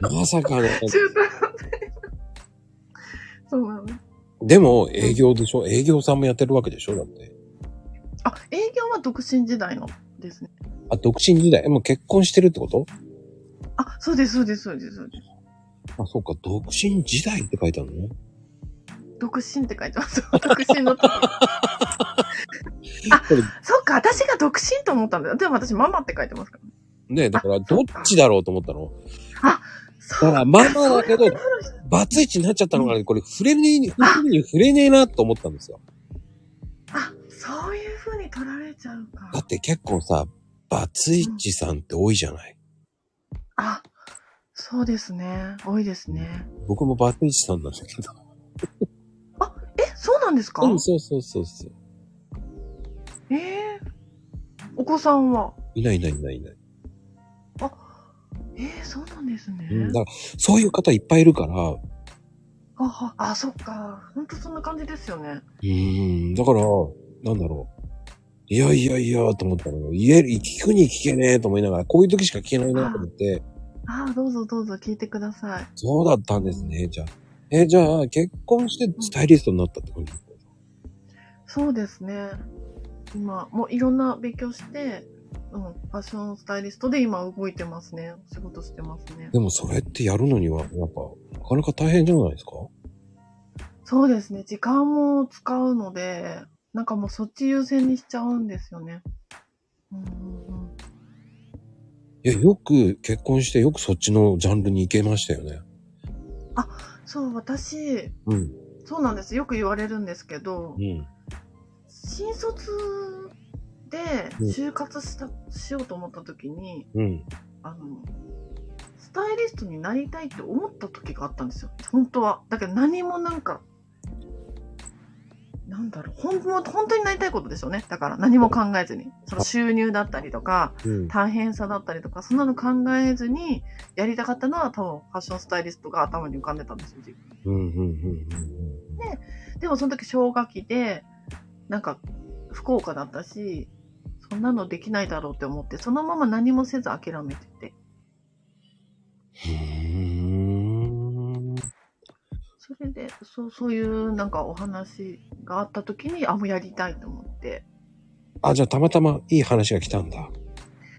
S1: まさかの。
S2: 中途半端にそうなの。
S1: でも、営業でしょ営業さんもやってるわけでしょだって。
S2: あ、営業は独身時代のですね。
S1: あ、独身時代えもう結婚してるってこと
S2: あ、そうです、そうです、そうです、そうです。
S1: あ、そうか、独身時代って書いてあるのね。
S2: 独身って書いてます。独身の時。
S1: これ
S2: そっか、私が独身と思ったんだよ。でも私、ママって書いてますから。
S1: ねだから、どっちだろうと思ったの。
S2: そ
S1: だ
S2: う
S1: から、ママだけど
S2: そういうこ、とです
S1: バツイチになっちゃったのがね、これ、触れねえに、触れねえに触れねえなと思ったんですよ。
S2: あ、そういう風に取られちゃうか
S1: だ。って結構さ、バツイチさんって多いじゃない。
S2: あ、そうですね。多いですね。
S1: 僕もバツイチさんなんだけど。
S2: え、そうなんですか、
S1: うん、そうそうそうそう。
S2: ええお子さんはい
S1: ないいないいないいない。
S2: ええそうなんですね。
S1: うん、だから、そういう方いっぱいいるから、う
S2: あ、あ、あそっか。ほんとそんな感じですよね。
S1: ーん、だから、なんだろう。いやいやいや、と思ったの。言える、聞くに聞けねえと思いながら、こういう時しか聞けないなと思って、
S2: あどうぞどうぞ聞いてください。
S1: そうだったんですね、じゃあ。え、じゃあ、結婚してスタイリストになったって感じ
S2: そうですね。今、もういろんな勉強して、うん、ファッションスタイリストで今動いてますね。お仕事してますね。
S1: でもそれってやるのには、やっぱ、なかなか大変じゃないですか
S2: そうですね。時間も使うので、なんかもうそっち優先にしちゃうんですよね。うんうんうん、
S1: いや、よく結婚してよくそっちのジャンルに行けましたよね。
S2: そう、私、
S1: うん。
S2: そうなんです。よく言われるんですけど
S1: う、ん。
S2: 新卒で
S1: うん
S2: 就活した、しようと思った時に、
S1: うん。
S2: あの、スタイリストになりたいって思った時があったんですよ。本当は。だけど何もなんか、なんだろう、ほんもう本当になりたいことですよね。だから何も考えずに。その収入だったりとか、
S1: うん。
S2: 大変さだったりとか、そんなの考えずにやりたかったのは多分ファッションスタイリストが頭に浮かんでたんですよ。自分
S1: うん。うん。うん。
S2: でもその時氷河期で、なんか福岡だったし、そんなのできないだろうって思って、そのまま何もせず諦めてて。
S1: うん。うーん。
S2: それで、そう、そういうなんかお話があった時に、あ、もうやりたいと思って。
S1: あ、じゃあたまたまいい話が来たんだ。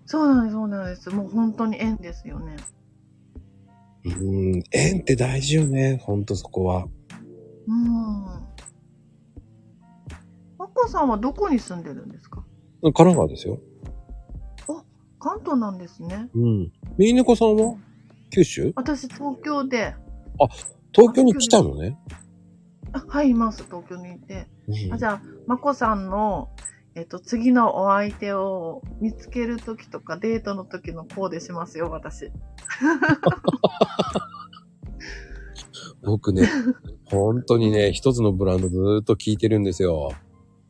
S2: そうなんです、そうなんです。もう本当に縁ですよね。
S1: うん。縁って大事よね。ほんとそこは。
S2: うん。マコさんはどこに住んでるんですか
S1: 神奈川ですよ。
S2: 関東なんですね。
S1: うん。ミーネコさんは九州
S2: 私、東京で、
S1: 東京に来たのね。
S2: あはい、います、東京にいて。
S1: うん
S2: あじゃあ、まこさんの、えっ、と、次のお相手を見つけるときとか、デートのときのコーデしますよ、私。
S1: 僕ね、本当にね、一つのブランドずーっと聞いてるんですよ。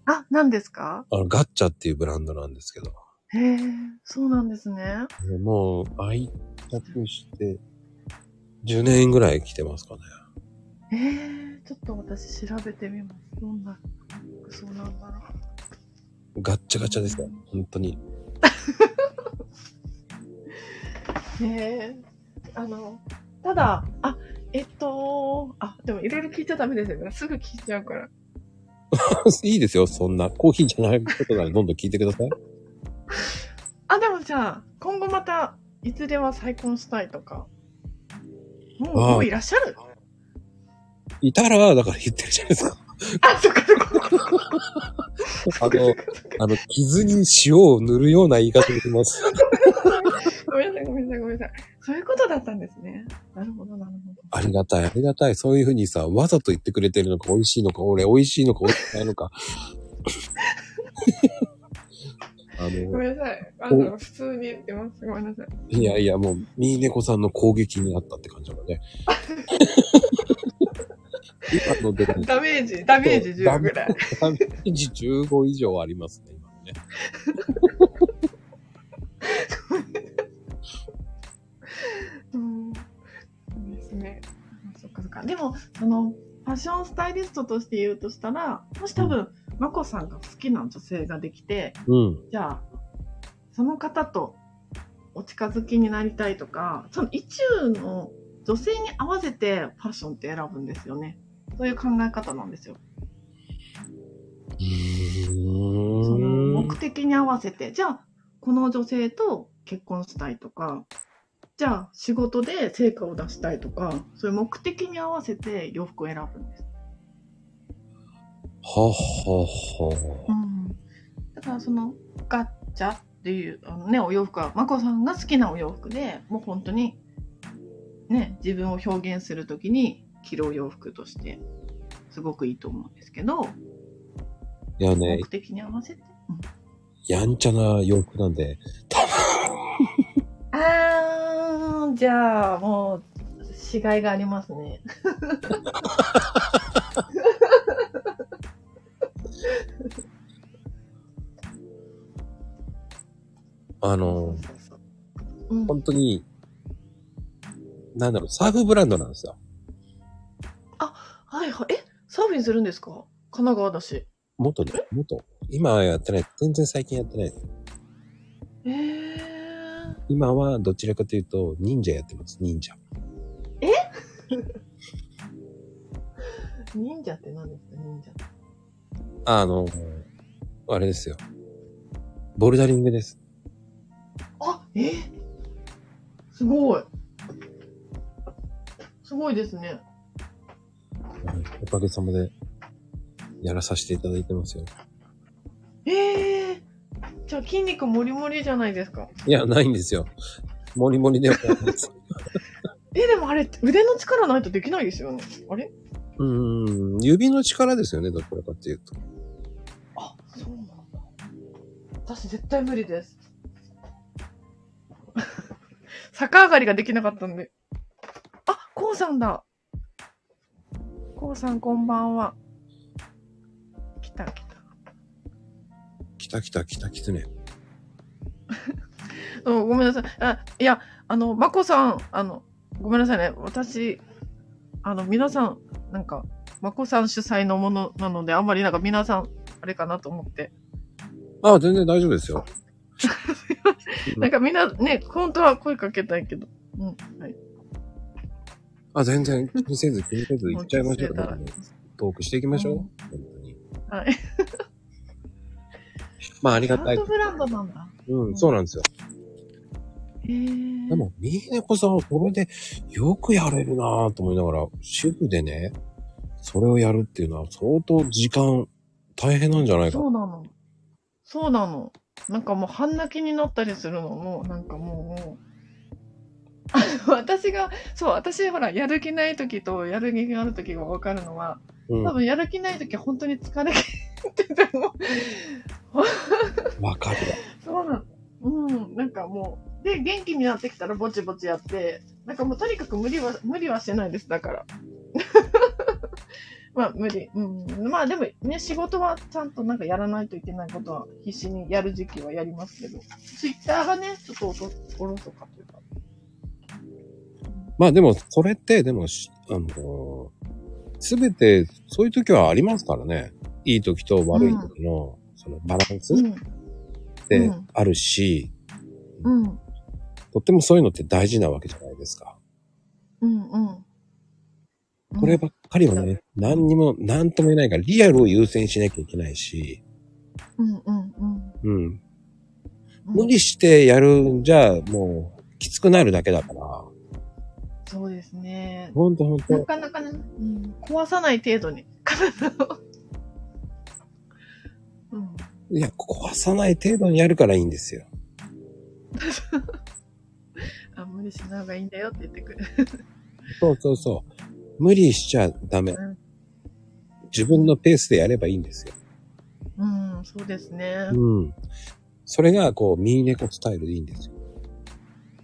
S2: あ、何ですか
S1: あの、ガッチャっていうブランドなんですけど。
S2: へえ、そうなんですね。
S1: もう、愛着して、10年ぐらい来てますかね。
S2: えー、ちょっと私調べてみます。どんな服装なんだろう。
S1: ガッチャガチャですよ。本当に。
S2: えあの、ただ、あ、えっと、あ、でもいろいろ聞いちゃダメですよね。すぐ聞いちゃうから。
S1: いいですよ、そんな。コーヒーじゃないことならどんどん聞いてください。
S2: あ、でもじゃあ、今後また、いずれは再婚したいとか。もう、
S1: あー
S2: もういらっしゃる
S1: いたら、だから言ってるじゃないですか。
S2: あ、そっかそっか。
S1: あの、あの、傷に塩を塗るような言い方できます。
S2: ごめんなさい、ごめんなさい、ごめんなさい。そういうことだったんですね。なるほど、なるほど。
S1: ありがたい、ありがたい。そういうふうにさ、わざと言ってくれてるのか、美味しいのか、俺、美味しいのか、美味しくないのか。 あ
S2: ご
S1: の、
S2: めんなさい。あの、普通に言ってます。ごめんなさい。
S1: いやいや、もう、ミーネコさんの攻撃にあったって感じだもんね。今のでかい
S2: ダメージ、ダメージ10ぐらい。
S1: ダメージ15以上ありますね、今のね。
S2: うん。そうですね。あそっかそっか。でも、その、ファッションスタイリストとして言うとしたら、もし多分、まこさんが好きな女性ができて、
S1: うん。
S2: じゃあ、その方とお近づきになりたいとか、その一中の女性に合わせてファッションって選ぶんですよね。そういう考え方なんですよ。
S1: う
S2: その
S1: ーん
S2: 目的に合わせて、じゃあ、この女性と結婚したいとか、じゃあ、仕事で成果を出したいとか、そういう目的に合わせて洋服を選ぶんです。
S1: ははは。
S2: だから、その、ガッチャっていう、あのね、お洋服は、まこさんが好きなお洋服で、もう本当に、ね、自分を表現するときに着るお洋服として、すごくいいと思うんですけど、
S1: いやね
S2: 目、的に合わせて。うん
S1: やんちゃな洋服なんで、
S2: あー、じゃあ、もう、違いがありますね。
S1: あの、
S2: うん、
S1: 本当に、なんだろう、サーフブランドなんですよ。
S2: はいはい。え、サーフィンするんですか神奈川だし。
S1: 元ね、元。今はやってない。全然最近やってない。
S2: えー、
S1: 今はどちらかというと、忍者やってます、忍者。
S2: 忍者って何ですか忍者。
S1: あの、あれですよ。ボルダリングです。
S2: あ、えすごい。すごいですね。
S1: はいおかげさまで、やらさせていただいてますよ。
S2: えー、じゃあ筋肉もりもりじゃないですか。
S1: いや、ないんですよ。もりもりではない です。
S2: え、でもあれ、腕の力ないとできないですよね。あれ
S1: うーん、指の力ですよね、どちらかっていうと。
S2: あ、そうなんだ。私絶対無理です。 逆上がりができなかったんで。あ、こうさんだ。こうさんこんばんは。来た来た。
S1: きたきたきたきつね。
S2: うんごめんなさい。あいや、あの、まこさん、あの、ごめんなさいね。私、あの、皆さん、なんか、まこさん主催のものなので、あんまりなんか皆さん、あれかなと思って。
S1: あ、全然大丈夫ですよ。
S2: なんかみんな、ね、本当は声かけたいけど。うん、はい。
S1: あ、全然気にせず気にせず行っちゃいましょう
S2: もう気にせ
S1: ね。トークしていきましょう。本当に。
S2: はい。
S1: まあ、あり
S2: ハ
S1: がた
S2: ー
S1: い
S2: ト。ブランドなんだ。
S1: うん、そうなんですよ。
S2: へー
S1: でも、ミーネコさんはこれでよくやれるなぁと思いながら、主婦でね、それをやるっていうのは相当時間大変なんじゃないか。
S2: そうなの。そうなの。なんかもう半泣きになったりするのも、なんかもう、 あの私が、そう、私ほら、やる気ない時とやる気がある時が分かるのは、
S1: うん、
S2: 多
S1: わ
S2: 分やる気ない時は本当に疲れ切ってて も、
S1: かる
S2: そうなの。うん、なんかもう、で、元気になってきたらぼちぼちやって、なんかもうとにかく無理は、無理はしてないです、だから。 まあ無理。うん。まあでもね、仕事はちゃんとなんかやらないといけないことは必死にやる時期はやりますけど、ツイッターがね、ちょっとおとおろそかというか。
S1: まあでも、それって、でもし、あの、すべて、そういう時はありますからね。いい時と悪い時の、そのバランスっ
S2: ん。
S1: て
S2: うん
S1: あるし、
S2: うん。
S1: とってもそういうのって大事なわけじゃないですか。
S2: うん。うん。
S1: こればっかりはね、何にも、何とも言えないから、リアルを優先しなきゃいけないし、
S2: うんうんうん。
S1: うん。
S2: うん
S1: 無理してやるんじゃ、もう、きつくなるだけだから。
S2: そうですね。
S1: ほんとほん
S2: な
S1: と。
S2: かなかね、うん、壊さない程度に、 体を。うん。
S1: いや、壊さない程度にやるからいいんですよ。
S2: あ、無理しない方がいいんだよって言ってくる。
S1: そうそうそう。無理しちゃダメ。自分のペースでやればいいんですよ。
S2: うん、そうですね。
S1: うん。それが、こう、ミーネコスタイルでいいんですよ。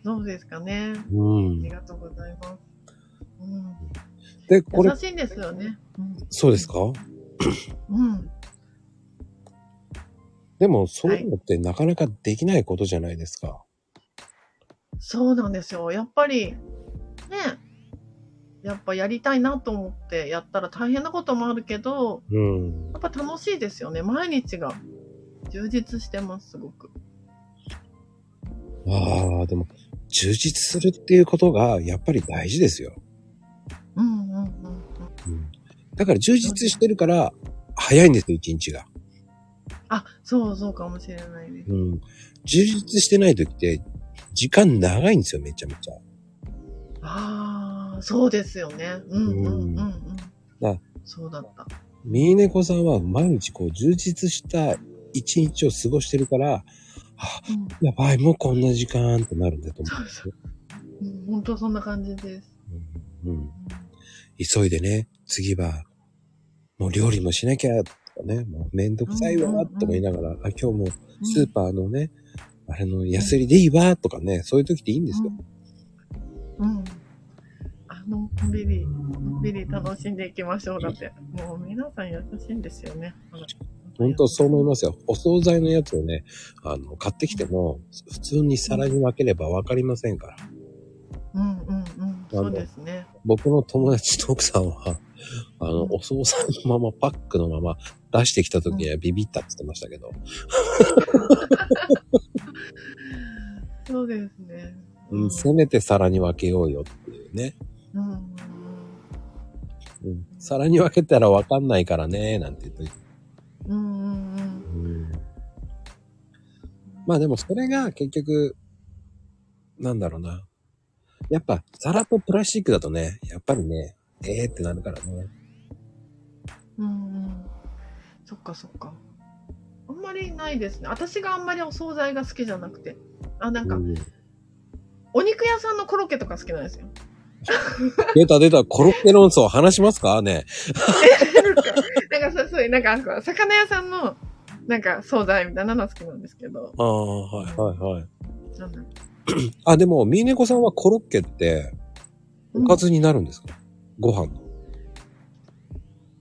S2: そうですかね。
S1: う
S2: あり
S1: ん。
S2: がとうございます。うん、
S1: で、これ
S2: 優、しいんですよね。
S1: そうですか
S2: うん。うん。
S1: でも、そういうのってなかなかできないことじゃないですか。
S2: そうなんですよ。やっぱり、ね、やっぱやりたいなと思ってやったら大変なこともあるけど、
S1: うん。
S2: やっぱ楽しいですよね。毎日が充実してます、すごく。
S1: ああ、でも、充実するっていうことが、やっぱり大事ですよ。
S2: うんうんうん。
S1: うん。だから、充実してるから、早いんですよ、一日が。
S2: あ、そうそうかもしれないね。
S1: うん。充実してない時って、時間長いんですよ、めちゃめちゃ。
S2: ああ、そうですよね。うんうんうんうん。
S1: だ
S2: そうだった。
S1: ミーネコさんは毎日こう、充実した一日を過ごしてるから、あ、
S2: うん、
S1: やばい、もうこんな時間ってなるんだと思
S2: そうそう。うん、本当そんな感じです。
S1: う。うん。急いでね、次は、もう料理もしなきゃ、とかね、もうめんどくさい
S2: うんうんう
S1: わ、
S2: ん
S1: とか言いながら、あ、今日も
S2: うん
S1: スーパーのね、あれの安売りでいいわ、とかね、そういう時っていいんですよ。
S2: うん。うん。あの、のんびり、のんびり楽しんでいきましょう。だって、もう皆さん優しいんですよね。ほら
S1: 本当そう思いますよ。お惣菜のやつをね、あの、買ってきても、普通に皿に分ければ分かりませんから。
S2: うんうんうん。そうですね。
S1: 僕の友達と奥さんは、あの、お惣菜のまま、パックのまま出してきた時にはビビったって言ってましたけど。
S2: そうですね。
S1: うん、せめて皿に分けようよっていうね。
S2: うんうんうん。
S1: うん、皿に分けたら分かんないからね、なんて言っといて。
S2: うんうんうん。
S1: うん、まあでもそれが結局、なんだろうな。やっぱ皿とプラスチックだとね、やっぱりね、えーってなるからね。
S2: うんうん。そっかそっか。あんままりないですね。私があんまりお惣菜が好きじゃなくて。あ、なんか、
S1: うん
S2: お肉屋さんのコロッケとか好きな んですよ。
S1: 出た出た、コロッケ論争話しますかね
S2: なんかそう、そういう、なんかこう、魚屋さんの、なんか、惣菜みたいなのは好きなんですけど。
S1: ああ、はいはいはい。
S2: なんだろ
S1: あ、でも、ミーネコさんはコロッケって、
S2: う
S1: おかずになるんですか、ご飯の。
S2: うん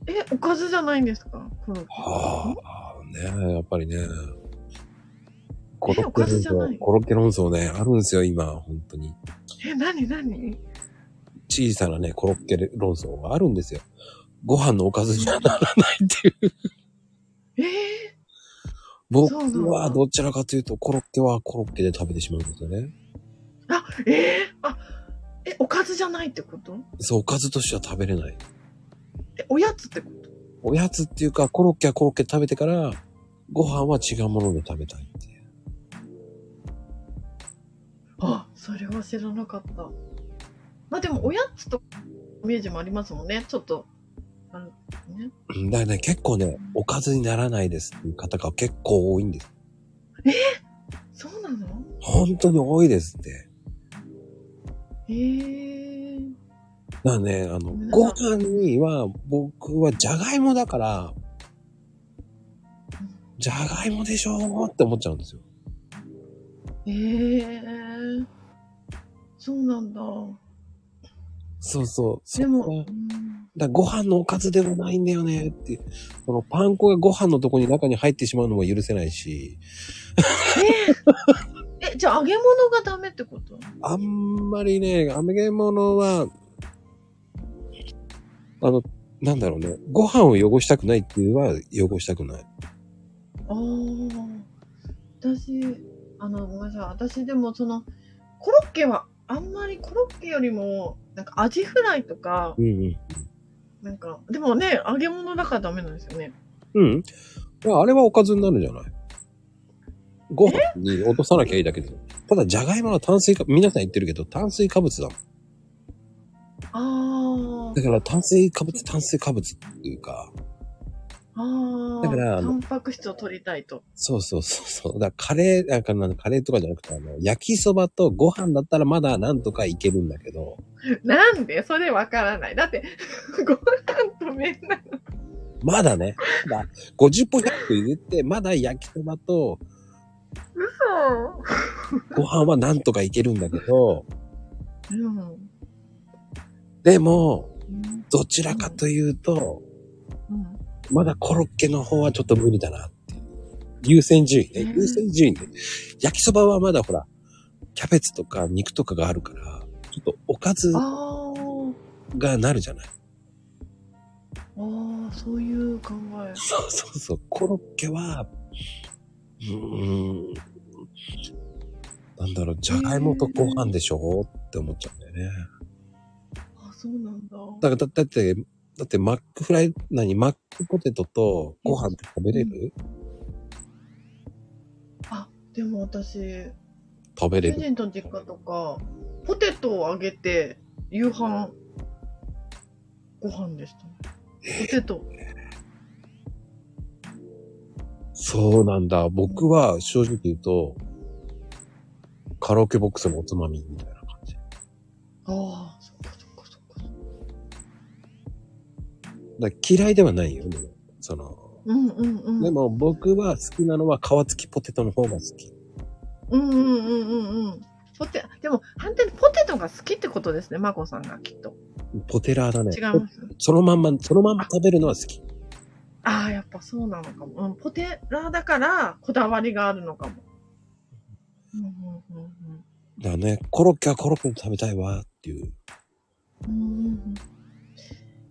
S2: え、おかずじゃないんですかコロッケ。
S1: ああ、ねえやっぱりね。コロ
S2: え
S1: ッ
S2: お
S1: ケ
S2: か
S1: 論
S2: ずじゃない
S1: 争、コロッケ論争ね、あるんですよ、今、本当に。
S2: え、なになに
S1: 小さなね、コロッケ論争があるんですよ。ご飯のおかずにはならないっていう。
S2: えー、
S1: 僕
S2: そうなんだ
S1: はどちらかというと、コロッケはコロッケで食べてしまうんですよね。
S2: あ、えー、あ、え、おかずじゃないってこと
S1: そう、おかずとしては食べれない。
S2: え、おやつってこと
S1: おやつっていうか、コロッケはコロッケで食べてから、ご飯は違うもので食べたいっていう。
S2: あ、それは知らなかった。まあでも、おやつとイメージもありますもんね。ちょっと、あのね。
S1: うんだからね、結構ね、おかずにならないですっていう方が結構多いんです。
S2: そうなの
S1: 本当に多いですって。
S2: えー、
S1: だからね、あの
S2: う、ん
S1: ご飯には、僕はじゃがいもだから、じゃがいもでしょーって思っちゃうんですよ。
S2: えー、そうなんだ。
S1: そうそう。
S2: で
S1: そこは
S2: も、うん
S1: だからご飯のおかずではないんだよねって。そのパン粉がご飯のとこに中に入ってしまうのも許せないし、
S2: え、じゃあ揚げ物がダメってこと
S1: あんまりね、揚げ物は、あの、なんだろうね、ご飯を汚したくないっていうのは汚したくない。
S2: ああ、私、あの、ごめんなさい。私でもその、コロッケは、あんまりコロッケよりも、なんかアジフライとか、
S1: うんうん。
S2: なんか、でもね、揚げ物だからダメなんですよね。
S1: うんいやあれはおかずになるじゃない。ご飯に落とさなきゃいいだけですよ。ただ、じゃがいもは炭水化、皆さん言ってるけど、炭水化物だもん。
S2: ああ
S1: だ、から、炭水化物、炭水化物っていうか、
S2: ああ、
S1: だからあ
S2: タ
S1: の
S2: ンパク質を取りたいと。
S1: そうそうそうそう。だからカレー、なんかなんかカレーとかじゃなくて、あの、焼きそばとご飯だったらまだなんとかいけるんだけど、
S2: なんでそれわからない。だって、 ご飯と麺なの。
S1: まだね、まだ50歩100歩譲って、まだ焼きそばと
S2: 嘘。
S1: ご飯はなんとかいけるんだけど、
S2: うん。
S1: でも、
S2: うん
S1: どちらかというと、
S2: うん
S1: まだコロッケの方はちょっと無理だなっていう。優先順位ね。
S2: うん
S1: 優先順位ね。焼きそばはまだほら、キャベツとか肉とかがあるから、ちょっとおかず
S2: あー
S1: がなるじゃない。
S2: あー、そういう考え。
S1: そうそうそう。コロッケは、うーん、なんだろう、じゃがいもとご飯でしょって思っちゃうんだよね。
S2: あ、そうなんだ。
S1: だから、だだって、だってマックフライ、何、マックポテトとご飯って食べれる
S2: でも私、
S1: 食べれ
S2: 主
S1: る。
S2: 人と実家とか、ポテトをあげて、夕飯、ご飯でしたね。ポテト。
S1: そうなんだ。僕は正直言うと、カラオケボックスのおつまみみたいな感じ。
S2: ああ、そっかそっかそっかそっか。
S1: だから嫌いではないよ、でもその、
S2: うんうんうん。
S1: でも僕は好きなのは皮付きポテトの方が好き。
S2: うんうんうんうんうん。ポテ、でも、反対にポテトが好きってことですね、マコさんがきっと。
S1: ポテラーだね。
S2: 違います。
S1: そのまんま、そのまんま食べるのは好き。
S2: ああ、やっぱそうなのかも。うん、ポテラーだから、こだわりがあるのかも。うんうん
S1: だからね、コロッケはコロッケで食べたいわっていう。
S2: うんうん。うんうんうん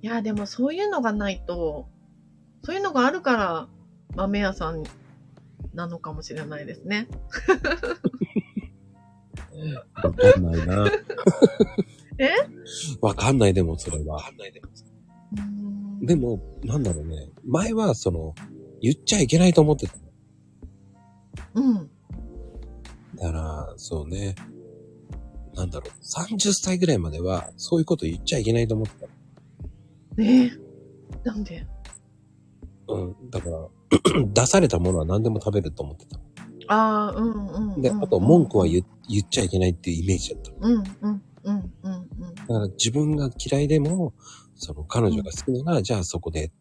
S2: いや、でもそういうのがないと、そういうのがあるから、豆屋さんなのかもしれないですね。
S1: わかんないな。
S2: え
S1: わかんないでもそれは。
S2: うん
S1: でも、なんだろうね。前はその、言っちゃいけないと思ってた。
S2: うん。
S1: だから、そうね。なんだろう。30歳ぐらいまでは、そういうこと言っちゃいけないと思ってた。
S2: ねえ。なんで
S1: うん。だから、 出されたものは何でも食べると思ってた。
S2: ああ、うんうん、うん。
S1: で、あと文句は言言っちゃいけないっていうイメージだった。
S2: うんうんうんうんうん。
S1: だから自分が嫌いでも、その彼女が好きなら、じゃあそこで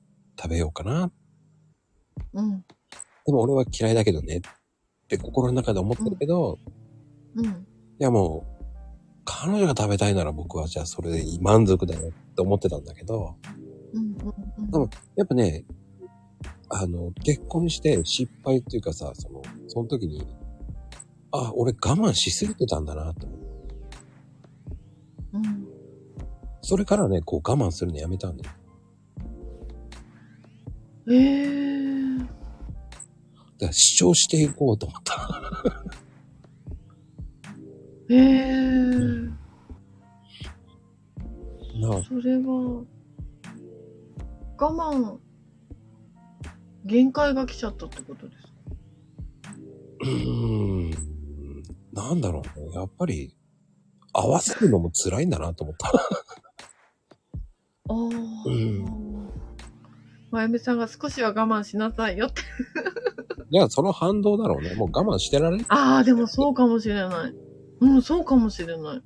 S1: 食べようかな。
S2: うん
S1: でも俺は嫌いだけどねって心の中で思ってるけど、
S2: うん。
S1: いやもう、彼女が食べたいなら僕はじゃあそれで満足だよって思ってたんだけど、
S2: うん
S1: でもやっぱね、あの、結婚して失敗っていうかさ、その、その時に、あ、俺我慢しすぎてたんだなって思う。
S2: うんうん。
S1: それからね、こう我慢するのやめたんだよ。
S2: ええ
S1: だから主張していこうと思った。
S2: ええ
S1: なあ
S2: それは、我慢、限界が来ちゃったってことですか
S1: うーん。なんだろうね。やっぱり、合わせるのも辛いんだなと思った。
S2: ああ。まゆみさんが少しは我慢しなさいよって。
S1: いや、その反動だろうね。もう我慢してられる。
S2: ああ、でもそうかもしれない。うん、そうかもしれない。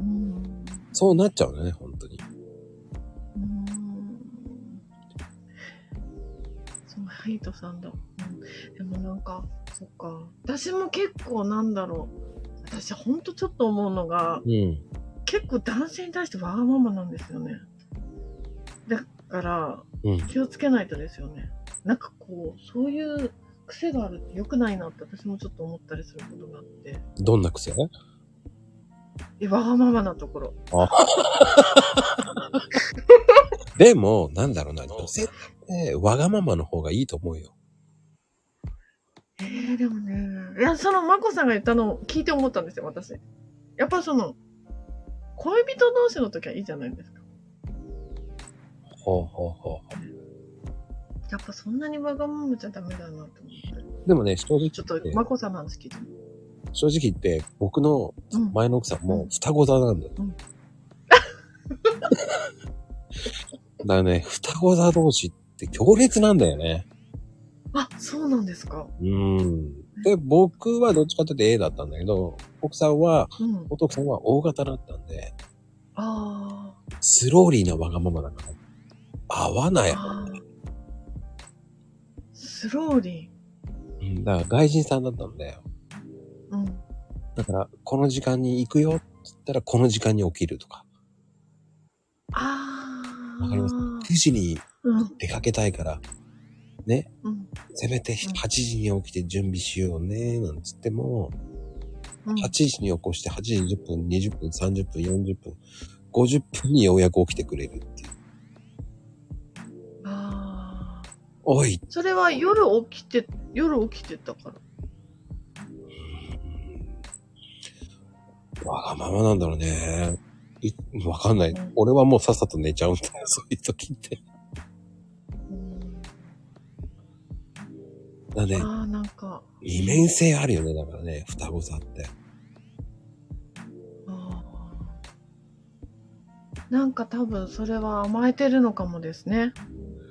S2: うん。
S1: そうなっちゃうね、本当に。
S2: うん。そう、ハイトさんだ。うん、でもなんか、そっか。私も結構なんだろう。私ほんとちょっと思うのが、
S1: うん。
S2: 結構男性に対してわがままなんですよね。だから、
S1: うん
S2: 気をつけないとですよね。なんかこう、そういう癖があるって良くないなって私もちょっと思ったりすることがあって。
S1: どんな癖
S2: え、わがままなところ。
S1: でも、なんだろうな。女性って、わがままの方がいいと思うよ。
S2: えー、でもね。いや、その、まこさんが言ったのを聞いて思ったんですよ、私。やっぱその、恋人同士の時はいいじゃないですか。
S1: ほうほうほうほ
S2: やっぱそんなにわがままじゃダメだなと思って。
S1: う。でもね、正直
S2: ちょっ
S1: 言っ
S2: と
S1: て、、
S2: まこさんの話聞いても。
S1: 正直言って、僕の
S2: うん。
S1: 前の奥さんも双子座 なんだよ。
S2: うん
S1: だからね、双子座同士って強烈なんだよね。
S2: あ、そうなんですか。
S1: うん。で、僕はどっちかというと A だったんだけど、奥さんは、
S2: うん。
S1: お父さんは O 型だったんで、
S2: あ
S1: スローリーなわがままだから、合わな
S2: ー
S1: い。
S2: あー。スローリ
S1: うんだから外人さんだったんだよ。
S2: ー。うん。
S1: だから、この時間に行くよって言ったら、この時間に起きるとか、
S2: ああ。
S1: わかります9時に
S2: うん。
S1: 出かけたいから、
S2: うん。
S1: せめて
S2: うん
S1: 8時に起きて準備しようね、なんつっても、
S2: うん
S1: 8時に起こして8時10分、20分、30分、40分、50分にようやく起きてくれるっていう。
S2: ああ。
S1: おい
S2: それは夜起きて、夜起きてたから。
S1: わがままなんだろうね。いわかんない
S2: うん。
S1: 俺はもうさっさと寝ちゃうんだよ、 そういう時って。
S2: うん。
S1: だね、
S2: ああ、なんか。
S1: 二面性あるよね、だからね、双子座って。
S2: あーなんか多分それは甘えてるのかもですね。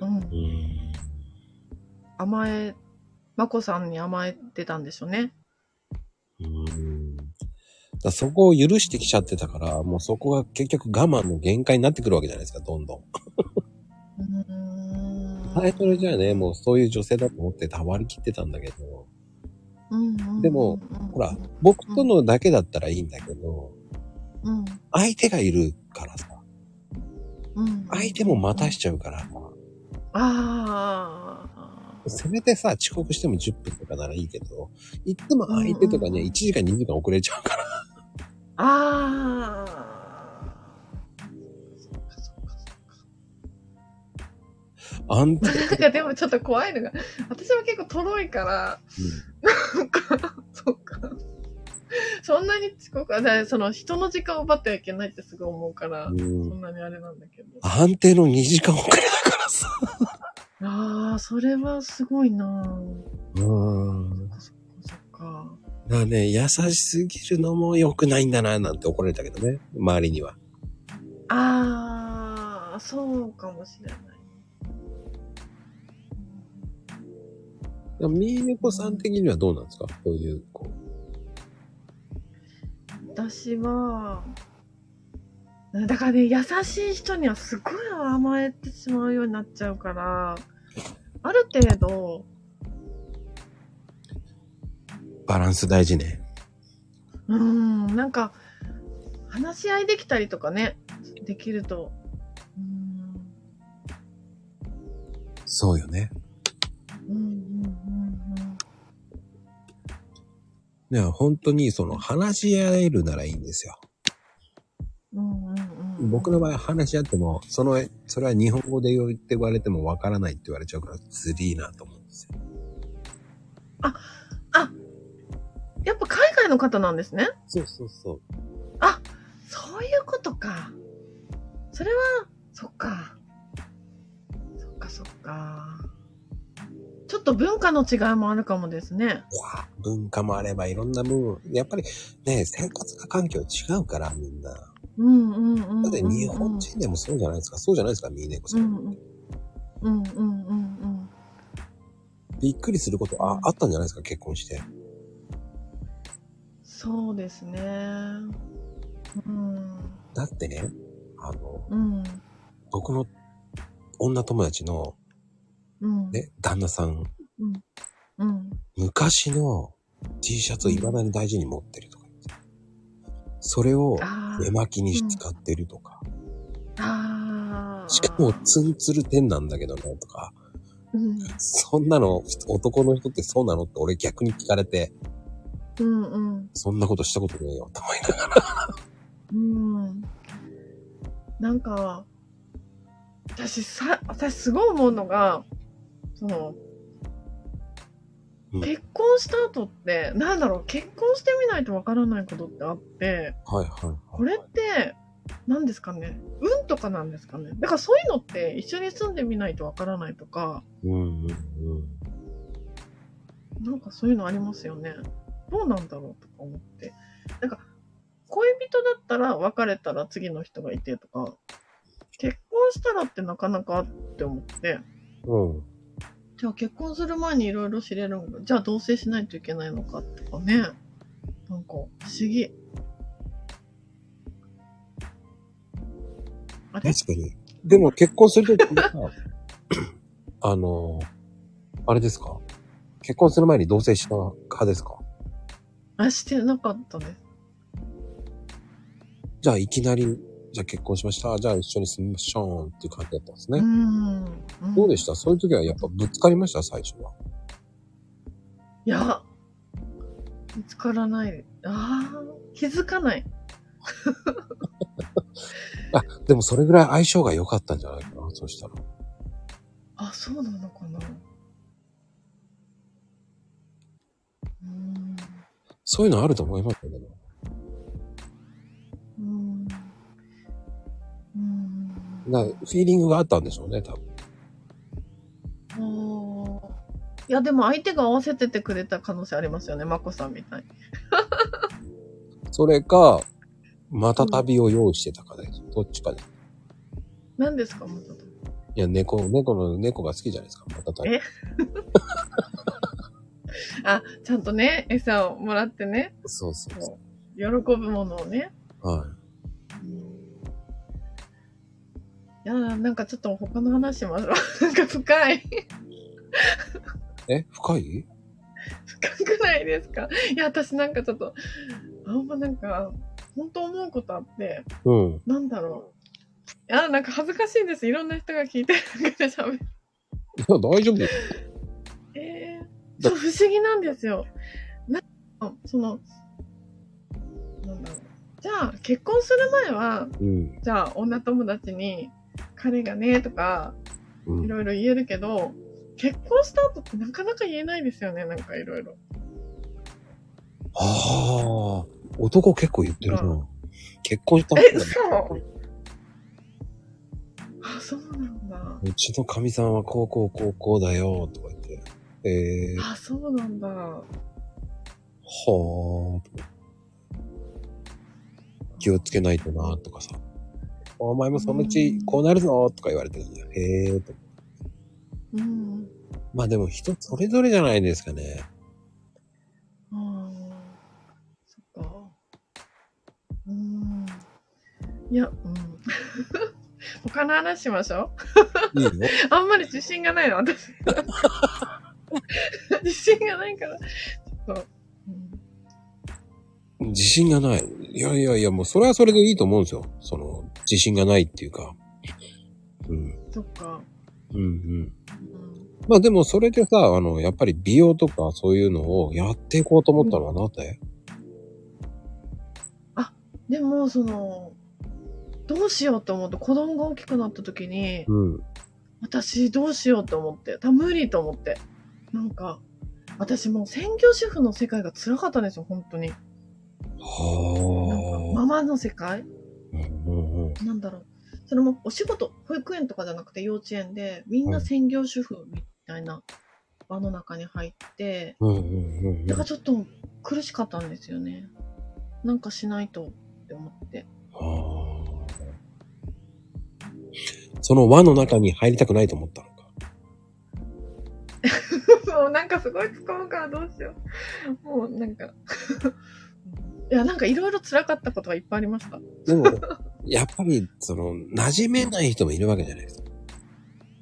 S2: うん
S1: う。ん。
S2: 甘え、まこさんに甘えてたんでしょうね。
S1: うん。だからそこを許してきちゃってたから、もうそこが結局我慢の限界になってくるわけじゃないですか、どんどん。
S2: うーん。
S1: タイトルじゃね、もうそういう女性だと思ってたまりきってたんだけど、
S2: うんうんうん、
S1: でも
S2: うん、
S1: ほら僕とのだけだったらいいんだけど、
S2: うん、
S1: 相手がいるからさ、
S2: うん。
S1: 相手も待たしちゃうから、
S2: ああ。
S1: せめてさ、遅刻しても10分とかならいいけど、行っても相手とか
S2: うんうん
S1: ね、
S2: うん
S1: 1時間2時間遅れちゃうから。
S2: ああ。そっかそっかそっか
S1: あんた、
S2: なん かでもちょっと怖いのが、私は結構とろいから、なんか、そっか。そんなに遅刻は、だからその人の時間を奪ってはいけないってすごい思うから、
S1: うん
S2: そんなにあれなんだけど。
S1: 安定の2時間遅れだからさ。
S2: ああ、それはすごいなぁ。
S1: うーん。だか
S2: そっかそっか。
S1: らね、優しすぎるのも良くないんだな、なんて怒られたけどね、周りには。
S2: ああ、そうかもしれない。
S1: でもみーねこさん的にはどうなんですかこういう、こう。
S2: 私は、だからね、優しい人にはすごい甘えてしまうようになっちゃうから、ある程度、
S1: バランス大事ね。
S2: うーん、なんか、話し合いできたりとかね、できると、うーん
S1: そうよね。
S2: うんうんうん
S1: ね本当にその話し合えるならいいんですよ。
S2: うんうんうんうん
S1: 僕の場合は話し合っても、その、それは日本語で言って言われてもわからないって言われちゃうから、ずりーなと思うんですよ。
S2: やっぱ海外の方なんですね。
S1: そうそうそう。
S2: そういうことか。それは、そっか。そっかそっか。ちょっと文化の違いもあるかもですね。
S1: 文化もあればいろんな分、やっぱりね、生活環境違うからみんな。だ
S2: うんうんうんうん。
S1: って日本人でもそうじゃないですか。そうじゃないですか、ミーネコさ。
S2: うんんうん。うんうんうんうん。
S1: びっくりすることああったんじゃないですか、結婚して。
S2: そうですね。うん。
S1: だってね、あの、
S2: うん。
S1: 僕の女友達の
S2: うん。
S1: ね、旦那さん、
S2: うん。
S1: 昔の T シャツを未だに大事に持ってるとか言って。それを
S2: あ
S1: 寝
S2: ー
S1: 巻きに使ってるとか。
S2: あー。
S1: しかもツンツル天なんだけどね、とか。
S2: うん。
S1: そんなの男の人ってそうなのって俺逆に聞かれて、
S2: うんうん。
S1: そんなことしたことねえよと思いながら。
S2: うん。なんか、私さ、私すごい思うのが、その
S1: うん、
S2: 結婚した後って、なんだろう、結婚してみないとわからないことってあって、
S1: はいはい。
S2: これって、何ですかね運とかなんですかねだからそういうのって一緒に住んでみないとわからないとか、
S1: うんうんうん。
S2: なんかそういうのありますよね。どうなんだろうとか思って。なんか、恋人だったら別れたら次の人がいてとか、結婚したらってなかなかって思って、
S1: うん。
S2: じゃあ結婚する前にいろいろ知れるんだ。じゃあ同棲しないといけないのかとかね。なんか、不思議。あれ
S1: 確かに。でも結婚するときさ、あの、あれですか結婚する前に同棲した派ですか
S2: あ、してなかったね。
S1: じゃあいきなり、じゃあ結婚しました。じゃあ一緒に住みましょうっていう感じだったんですね。
S2: うん。ん
S1: どうでしたそういう時はやっぱぶつかりました最初は。
S2: いや、見つからない。ああ、気づかない。
S1: でもそれぐらい相性が良かったんじゃないかなそうしたら。
S2: あ、そうなのかな。うーん。
S1: そういうのあると思いますけどね。
S2: うーん。うーん。
S1: なフィーリングがあったんでしょうね、多分。
S2: あーいや、でも相手が合わせててくれた可能性ありますよね。まこさんみたいに。
S1: それか、また旅を用意してたかね。どっちかで。
S2: 何ですか、もうちょっと。
S1: いや、猫、猫の、猫が好きじゃないですか。また旅。
S2: えあ、ちゃんとね、餌をもらってね、
S1: そうそうそ
S2: 喜ぶものをね。
S1: う。はい。
S2: うんいやー、なんかちょっと他の話しましょう。 なんか深い。
S1: え深い
S2: 深くないですかいや、私なんかちょっと、あんまなんか、本当思うことあって、
S1: うん。
S2: なんだろう。いや、なんか恥ずかしいんです。いろんな人が聞いてなんかで喋る。
S1: いや、大丈夫です。
S2: えー、そう、不思議なんですよ。なんか、その、なんだろう。じゃあ、結婚する前は、
S1: うん。
S2: じゃあ、女友達に、彼がね、とか、
S1: う
S2: い
S1: ん。
S2: ろいろ言えるけど、結婚した後ってなかなか言えないですよね、なんかいろいろ。
S1: はあ。男結構言ってるな。
S2: う
S1: 結婚した
S2: え、
S1: 方が
S2: 嘘あ、そうなんだ。
S1: うちのかみさんはこうこうこうこうだよ、とか言って。えー、は
S2: あ、そうなんだ。
S1: ーとか気をつけないとな、とかさ。お前もそのうちこうなるぞ、とか言われてるんだよ。へーとか。
S2: うん。
S1: まあでも人それぞれじゃないですかね。
S2: うんそっか。うん。いや、うん。 他の話しましょ
S1: いいよ。
S2: う。あんまり自信がないの、私。 自信がないから。ちょっと。うん
S1: 自信がない。いやいやいや、もうそれはそれでいいと思うんですよ。その、自信がないっていうか。うん。
S2: そっか。
S1: うんうん。
S2: うん
S1: まあでもそれでさ、あの、やっぱり美容とかそういうのをやっていこうと思ったのはなんで、
S2: でも、その、どうしようと思って、子供が大きくなった時に、
S1: うん、
S2: 私どうしようと思って、た無理と思って。なんか、私もう専業主婦の世界が辛かったんですよ、本当に。なんか
S1: はあ。
S2: ママの世界
S1: うんうんうん
S2: なんだろう。それもお仕事、保育園とかじゃなくて幼稚園で、みん
S1: う
S2: なん専業主婦みたいな輪の中に入って、
S1: うんうんうんうん。
S2: だか
S1: は
S2: らちょっと苦しかったんですよね。なんかしないとって思って。
S1: あ。その輪の中に入りたくないと思ったのか。
S2: もうなんかすごい突っ込むからどうしよう。もう なんか。いや、なんかいろいろ辛かったことがいっぱいありました。
S1: でも、やっぱり、その、馴染めない人もいるわけじゃないですか。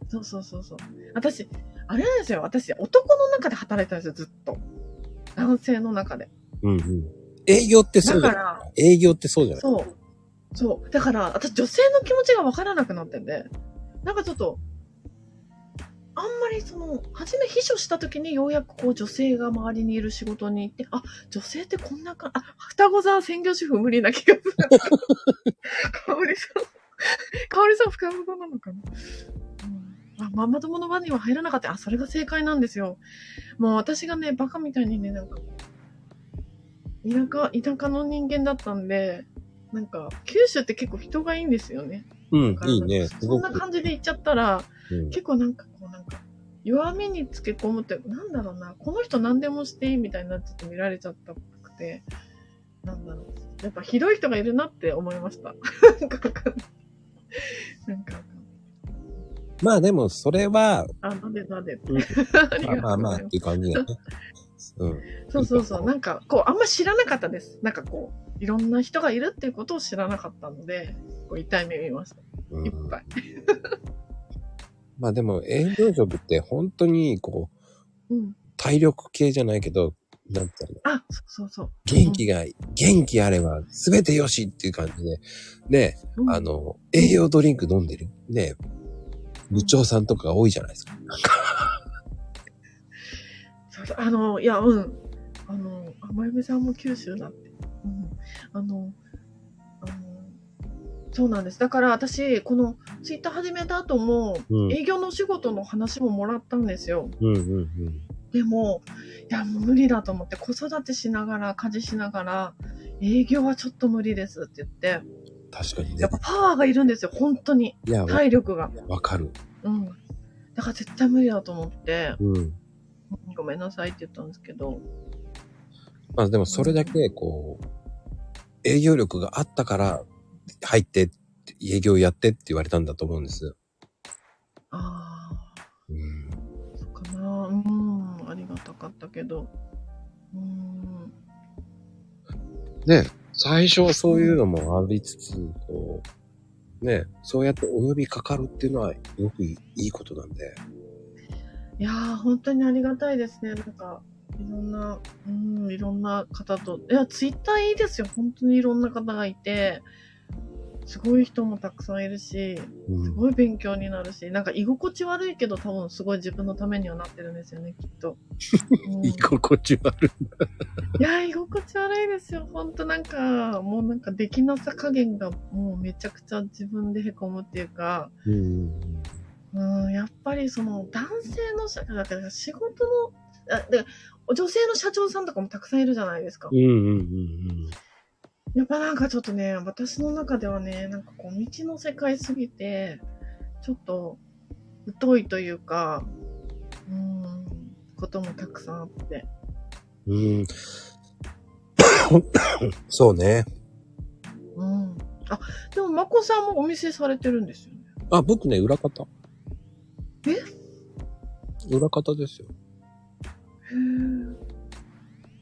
S2: そうそうそうそう。私、あれなんですよ。私、男の中で働いてたんですよ、ずっと。男性の中で。
S1: うんうん。営業ってそ
S2: だ
S1: うじゃ
S2: か
S1: ない
S2: ら、
S1: 営業ってそうじゃない
S2: そう。そう。だから、私、女性の気持ちがわからなくなってんで、なんかちょっと、あんまりその、初め秘書した時にようやくこう女性が周りにいる仕事に行って、あ、女性ってこんなか、あ、双子座専業主婦無理な気がする。かおりさん、かおりさん双子座なのかな、うんあママ友の輪には入らなかった。あ、それが正解なんですよ。もう私がね、バカみたいにね、なんか、田舎、田舎の人間だったんで、なんか、九州って結構人がいいんですよね。
S1: うん、いいね。す
S2: そ
S1: ご
S2: んな
S1: く。
S2: 感じで行っちゃったら、
S1: うん
S2: 結構なんかこうなんか、弱みにつけ込むって、なんだろうな、この人何でもしていいみたいになっちゃって見られちゃったっぽくて、なんだろう。やっぱひどい人がいるなって思いました。なんかわかんない、なんかわかんない、
S1: まあでも、それは、
S2: あ、なでなでって。
S1: うん
S2: あり
S1: まあ
S2: がとうござい
S1: まあま
S2: ま
S1: あ
S2: す
S1: っていう感じだね。うん。
S2: そうそうそう。なんか、こう、あんま知らなかったです。なんかこう、いろんな人がいるっていうことを知らなかったので、こう、痛い目見ました。
S1: う
S2: いっ
S1: ん
S2: ぱい。
S1: まあでも、営業職って本当に、こう、
S2: うん。
S1: 体力系じゃないけど、なんていうの
S2: あ、そうそうそう。
S1: 元気が、元気あれば全てよしっていう感じで、ね、
S2: うん
S1: あの、栄養ドリンク飲んでる、ね、部長さんとかが多いじゃないですか。
S2: そうそうあの、いや、うん。あの、甘嫁さんも九州なんて。うん。あの、あの、そうなんです。だから私、このツイッター始めた後も、
S1: うん
S2: 営業のお仕事の話ももらったんですよ。
S1: うんうんうん。
S2: でも、いや、もう無理だと思って、子育てしながら、家事しながら、営業はちょっと無理ですって言って、
S1: 確かにね
S2: やっ。ぱパワーがいるんですよ、本当に。
S1: いや、わ
S2: 体力が。
S1: わかる。
S2: うん。だから絶対無理だと思って、
S1: うん。
S2: ごめんなさいって言ったんですけど、
S1: まあでもそれだけ、こう、営業力があったから、入って、営業やってって言われたんだと思うんです。
S2: ああ、
S1: うん。
S2: そうかな。うん、ありがたかったけど。うん。
S1: ね、最初はそういうのもありつつ、こう、ね、そうやってお呼びかかるっていうのは、よくいいいことなんで。
S2: いやー、本当にありがたいですね。なんか、いろんな、うん、いろんな方と。いや、ツイッターいいですよ。本当にいろんな方がいて、すごい人もたくさんいるし、
S1: う
S2: す
S1: ん。
S2: ごい勉強になるし、なんか居心地悪いけど多分すごい自分のためにはなってるんですよね、きっと。 うん
S1: 居心地悪い。
S2: いやー、居心地悪いですよ。ほんとなんか、もうなんかできなさ加減がもうめちゃくちゃ自分で凹むっていうか、
S1: うん。
S2: うん、やっぱりその男性の社、だから仕事の、あで女性の社長さんとかもたくさんいるじゃないですか
S1: うん。うんうん
S2: やっぱなんかちょっとね、私の中ではね、なんかこう、道の世界すぎて、ちょっと、疎いというか、うん、こともたくさんあって。
S1: うん。うん。そうね。
S2: うん。あ、でも、まこさんもお店されてるんですよね。
S1: あ、僕ね、裏方。
S2: え
S1: 裏方ですよ。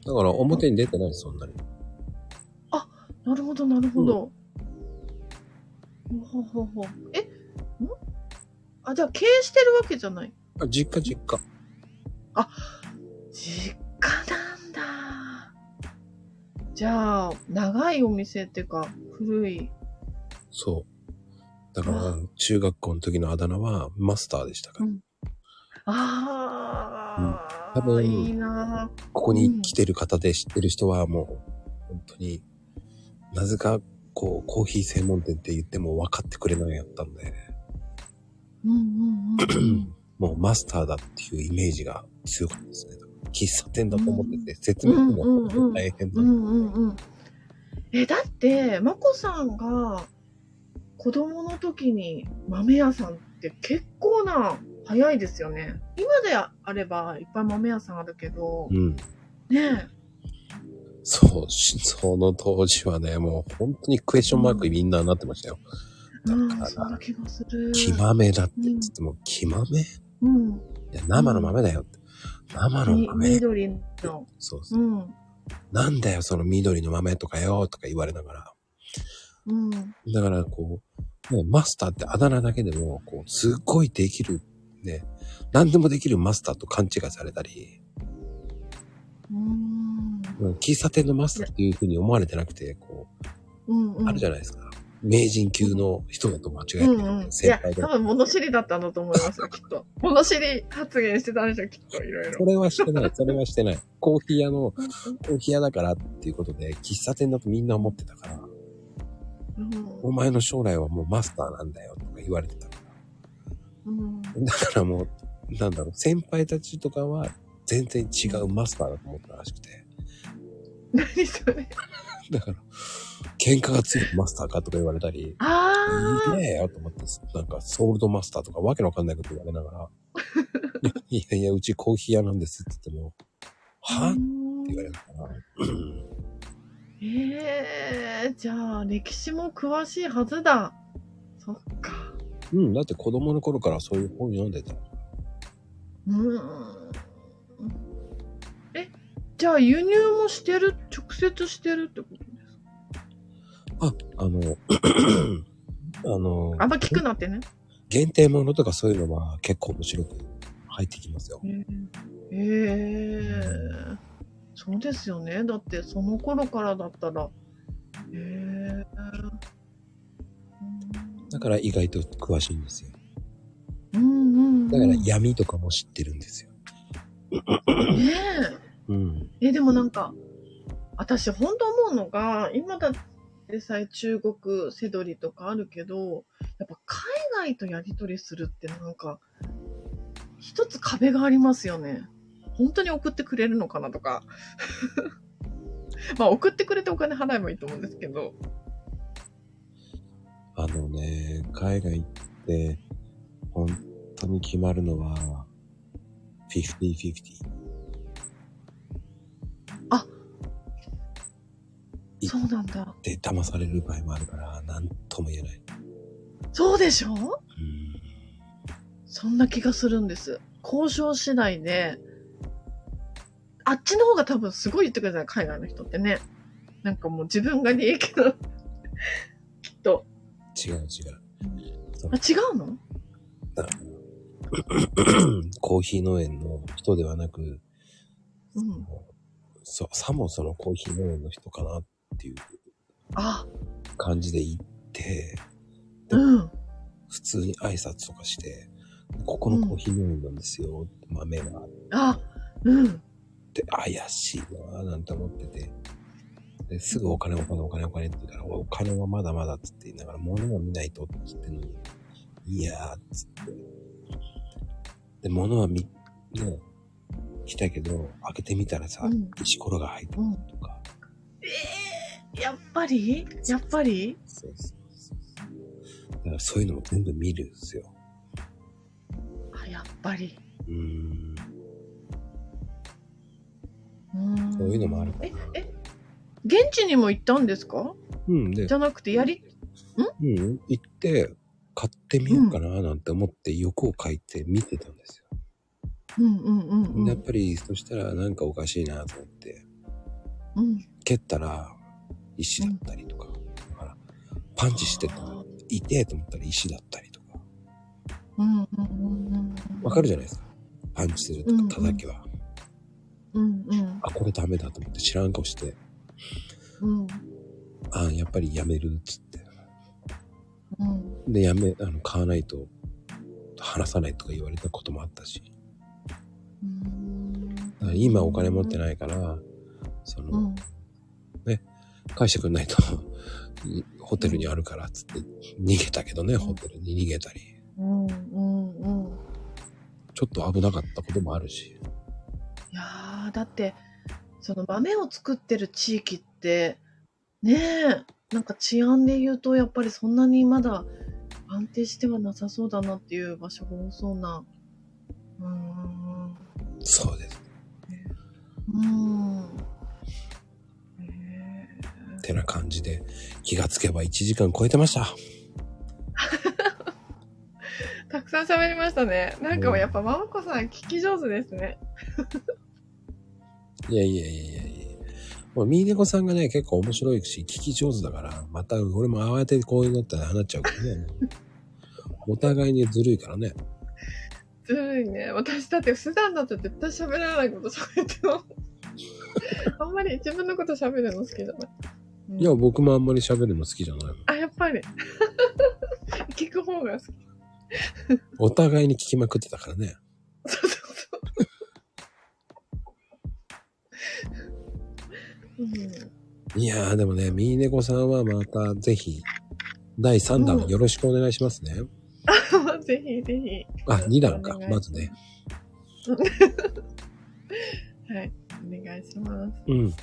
S1: だから表に出てない、そんなに。
S2: なるほど、なるほど。ほうほうほう。えんあ、じゃあ経営してるわけじゃない。
S1: あ、実家、実家。
S2: 実家なんだ。じゃあ、長いお店っていうか、古い。
S1: そう。だから、中学校の時のあだ名はマスターでしたから。
S2: うんああ、
S1: うん多分
S2: いい なぁ
S1: ここに来てる方で知ってる人はもう、本当に、なぜか、こう、コーヒー専門店って言っても分かってくれないやったんで、
S2: うんうんうんうん。
S1: もうマスターだっていうイメージが強かったですね。喫茶店だと思ってて、説明するのが大変だ
S2: う。んうんうん。え、だって、まこさんが子供の時に豆屋さんって結構な早いですよね。今であればいっぱい豆屋さんあるけど、
S1: うん。
S2: ね
S1: そう、し その当時はね、もう本当にクエスチョンマークにみんななってましたよ。
S2: え、うん
S1: だから、
S2: そんな気がする。
S1: 木豆だって、つっても、木豆い
S2: うん。
S1: や、生の豆だよって。生の
S2: み
S1: 豆。
S2: 緑の。
S1: そうそうう。
S2: ん。
S1: なんだよ、その緑の豆とかよ、とか言われながら。
S2: うん。
S1: だから、こう、ね、マスターってあだ名だけでも、こう、すっごいできる、ね、何でもできるマスターと勘違いされたり、
S2: うん。
S1: うん喫茶店のマスターっていうふうに思われてなくて、こ
S2: うん、うん。
S1: う、あるじゃないですか。名人級の人だと間違えて
S2: うんうん
S1: る、。
S2: い
S1: 先
S2: や、
S1: 輩で
S2: 多。分物知りだったんだと思いますよ、きっ と。物知り発言してたんでしょ、きっと、いろい
S1: そ
S2: ろ。
S1: れはしてない、それはしてない。コーヒー屋の、コーヒー屋だからっていうことで、喫茶店だとみんな思ってたから、
S2: うん
S1: お前の将来はもうマスターなんだよとか言われてたから。
S2: うん
S1: だからもう、なんだろう、先輩たちとかは全然違うマスターだと思ったらしくて。
S2: 何それ
S1: だから、喧嘩が強いマスターかとか言われたり、
S2: あ
S1: い
S2: あ、
S1: いねえよと思って、なんかソールドマスターとかわけのわかんないこと言われなが ら、いやいや、うちコーヒー屋なんですって言っても、はって言われたから、
S2: ええー、じゃあ歴史も詳しいはずだ。そっか。
S1: うん、だって子供の頃からそういう本読んでた。
S2: うーん。え、じゃあ輸入もしてる、直接してるってことですか
S1: あ、あの、あの、
S2: あんま聞くなってね。
S1: 限定ものとかそういうのは結構面白く入ってきますよ。
S2: ええー、そうですよね。だってその頃からだったら。ええー。
S1: だから意外と詳しいんですよ。
S2: うんうんうん、
S1: だから
S2: ね
S1: 闇とかも知ってるんですよ。
S2: え。
S1: うん。
S2: え、でもなんか、私ほんと思うのが、今だってさえ中国セドリとかあるけど、やっぱ海外とやり取りするってなんか、一つ壁がありますよね。本当に送ってくれるのかなとか。 まあ送ってくれてお金払えばいいと思うんですけど。
S1: あのね、海外行って、本当に決まるのは、50-50。
S2: あ
S1: い
S2: そうなんだ。
S1: で、騙される場合もあるから、なんとも言えない。
S2: そうでしょ
S1: うん。
S2: そんな気がするんです。交渉次第で、あっちの方が多分すごい言ってくれた海外の人ってね。なんかもう自分が利益の、きっと。
S1: 違う違う。
S2: あ、違うの
S1: コーヒー農園の人ではなく、
S2: うん。
S1: そさもそのコーヒー農園の人かなっていう
S2: あ、
S1: 感じで行って、
S2: うん。
S1: 普通に挨拶とかして、ここのコーヒー農園なんですよ、豆はっ
S2: あ、うん。
S1: て怪しいなぁなんて思ってて。ですぐお金お金お金お金って言うから、お金はまだまだって言いながら、物は見ないとって言ってんのに、いやーっつって。で、物は見、ね、来たけど、開けてみたらさ、
S2: うん
S1: 石ころが入って
S2: うん。
S1: るとか、
S2: ええやっぱりやっぱり
S1: そうそうそうそう。だからそういうのも全部見るんですよ。
S2: あ、やっぱり。
S1: うーん。
S2: うん。
S1: そういうのもあるかな
S2: え、え、現地にも行ったんですか
S1: うん。で
S2: じ、ゃなくて、やり、
S1: うん、行って、買ってみようかななんて思って、欲を書いて見てたんですよ。
S2: うんうんうんうん。
S1: やっぱり、そしたらなんかおかしいなと思って、
S2: うん。
S1: 蹴ったら石だったりとか、だからパンチしてたら痛えと思ったら石だったりとか、
S2: うんうんうんうんうん。
S1: わかるじゃないですか。パンチすると
S2: うんう
S1: か
S2: ん
S1: 叩けば、
S2: うんうん
S1: あ、これダメだと思って知らん顔して、
S2: うん
S1: あ、やっぱりやめるっつって。
S2: うん。
S1: で、やめ、あの、買わないと、話さないとか言われたこともあったし、だから今お金持ってないから、その、
S2: うん。
S1: 返してくんないと、 ホテルにあるからっつって逃げたけどね、ホテルに逃げたり。
S2: うんうんうん。
S1: ちょっと危なかったこともあるし。
S2: いやーだってその豆を作ってる地域ってねえなんか治安で言うとやっぱりそんなにまだ安定してはなさそうだなっていう場所が多そうなうーん
S1: そうです。
S2: うーんへ
S1: てな感じで、気がつけば1時間超えてました。
S2: えたくさん喋りましたねなんかもうやっぱままこさん聞き上手ですね
S1: いやいやいやいやいや。もうミーネコさんがね、結構面白いし、聞き上手だから、また俺も慌ててこういうのったら話っちゃうから ね。お互いにずるいからね。
S2: ずるいね私だって普段だと絶対喋らないこと喋っ てますあんまり自分のこと喋るの好きじゃないうん
S1: いや、僕もあんまり喋るの好きじゃないもん。
S2: あ、やっぱり。 聞く方が好き。
S1: お互いに聞きまくってたからね。
S2: そうそうそう。うん、
S1: いやー、でもね、ミーネコさんはまたぜひ、第3弾
S2: うん
S1: よろしくお願いしますね。
S2: ぜひぜひ。
S1: あ、2弾か
S2: お願。い
S1: まずね。
S2: はい、お願いします。
S1: うん。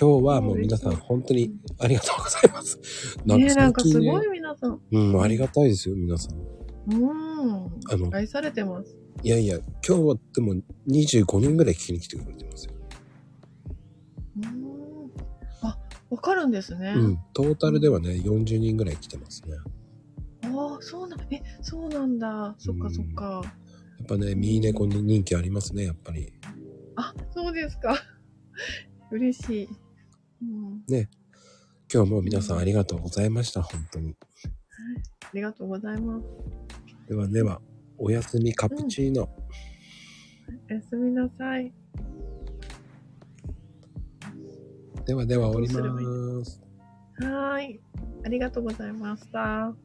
S1: 今日はもう皆さん本当にありがとうございます。なん
S2: ね
S1: か
S2: え、な
S1: 最
S2: んか
S1: 近
S2: す
S1: ね
S2: ごい皆さん。
S1: うん、ありがたいですよ、皆さん。
S2: うん。
S1: あの、
S2: 愛されてます。
S1: いやいや、今日はでも25人ぐらい聞きに来てくれてますよ。
S2: うん。あ、わかるんですね。
S1: うん、トータルではね、40人ぐらい来てますね。や
S2: ああ、そうなん、え、そうなんだ。そっかそっか。
S1: っぱね、ミーネコに人気ありますね、やっぱり。
S2: あ、そうですか。 嬉しい。うん。
S1: 今日も皆さんありがとうございました、本当に。
S2: ありがとうございます。
S1: ではでは、おやすみカプチーノ。
S2: おやすみなさい。
S1: ではでは終わりま
S2: どうすればいい
S1: ーす。
S2: はーい。ありがとうございました。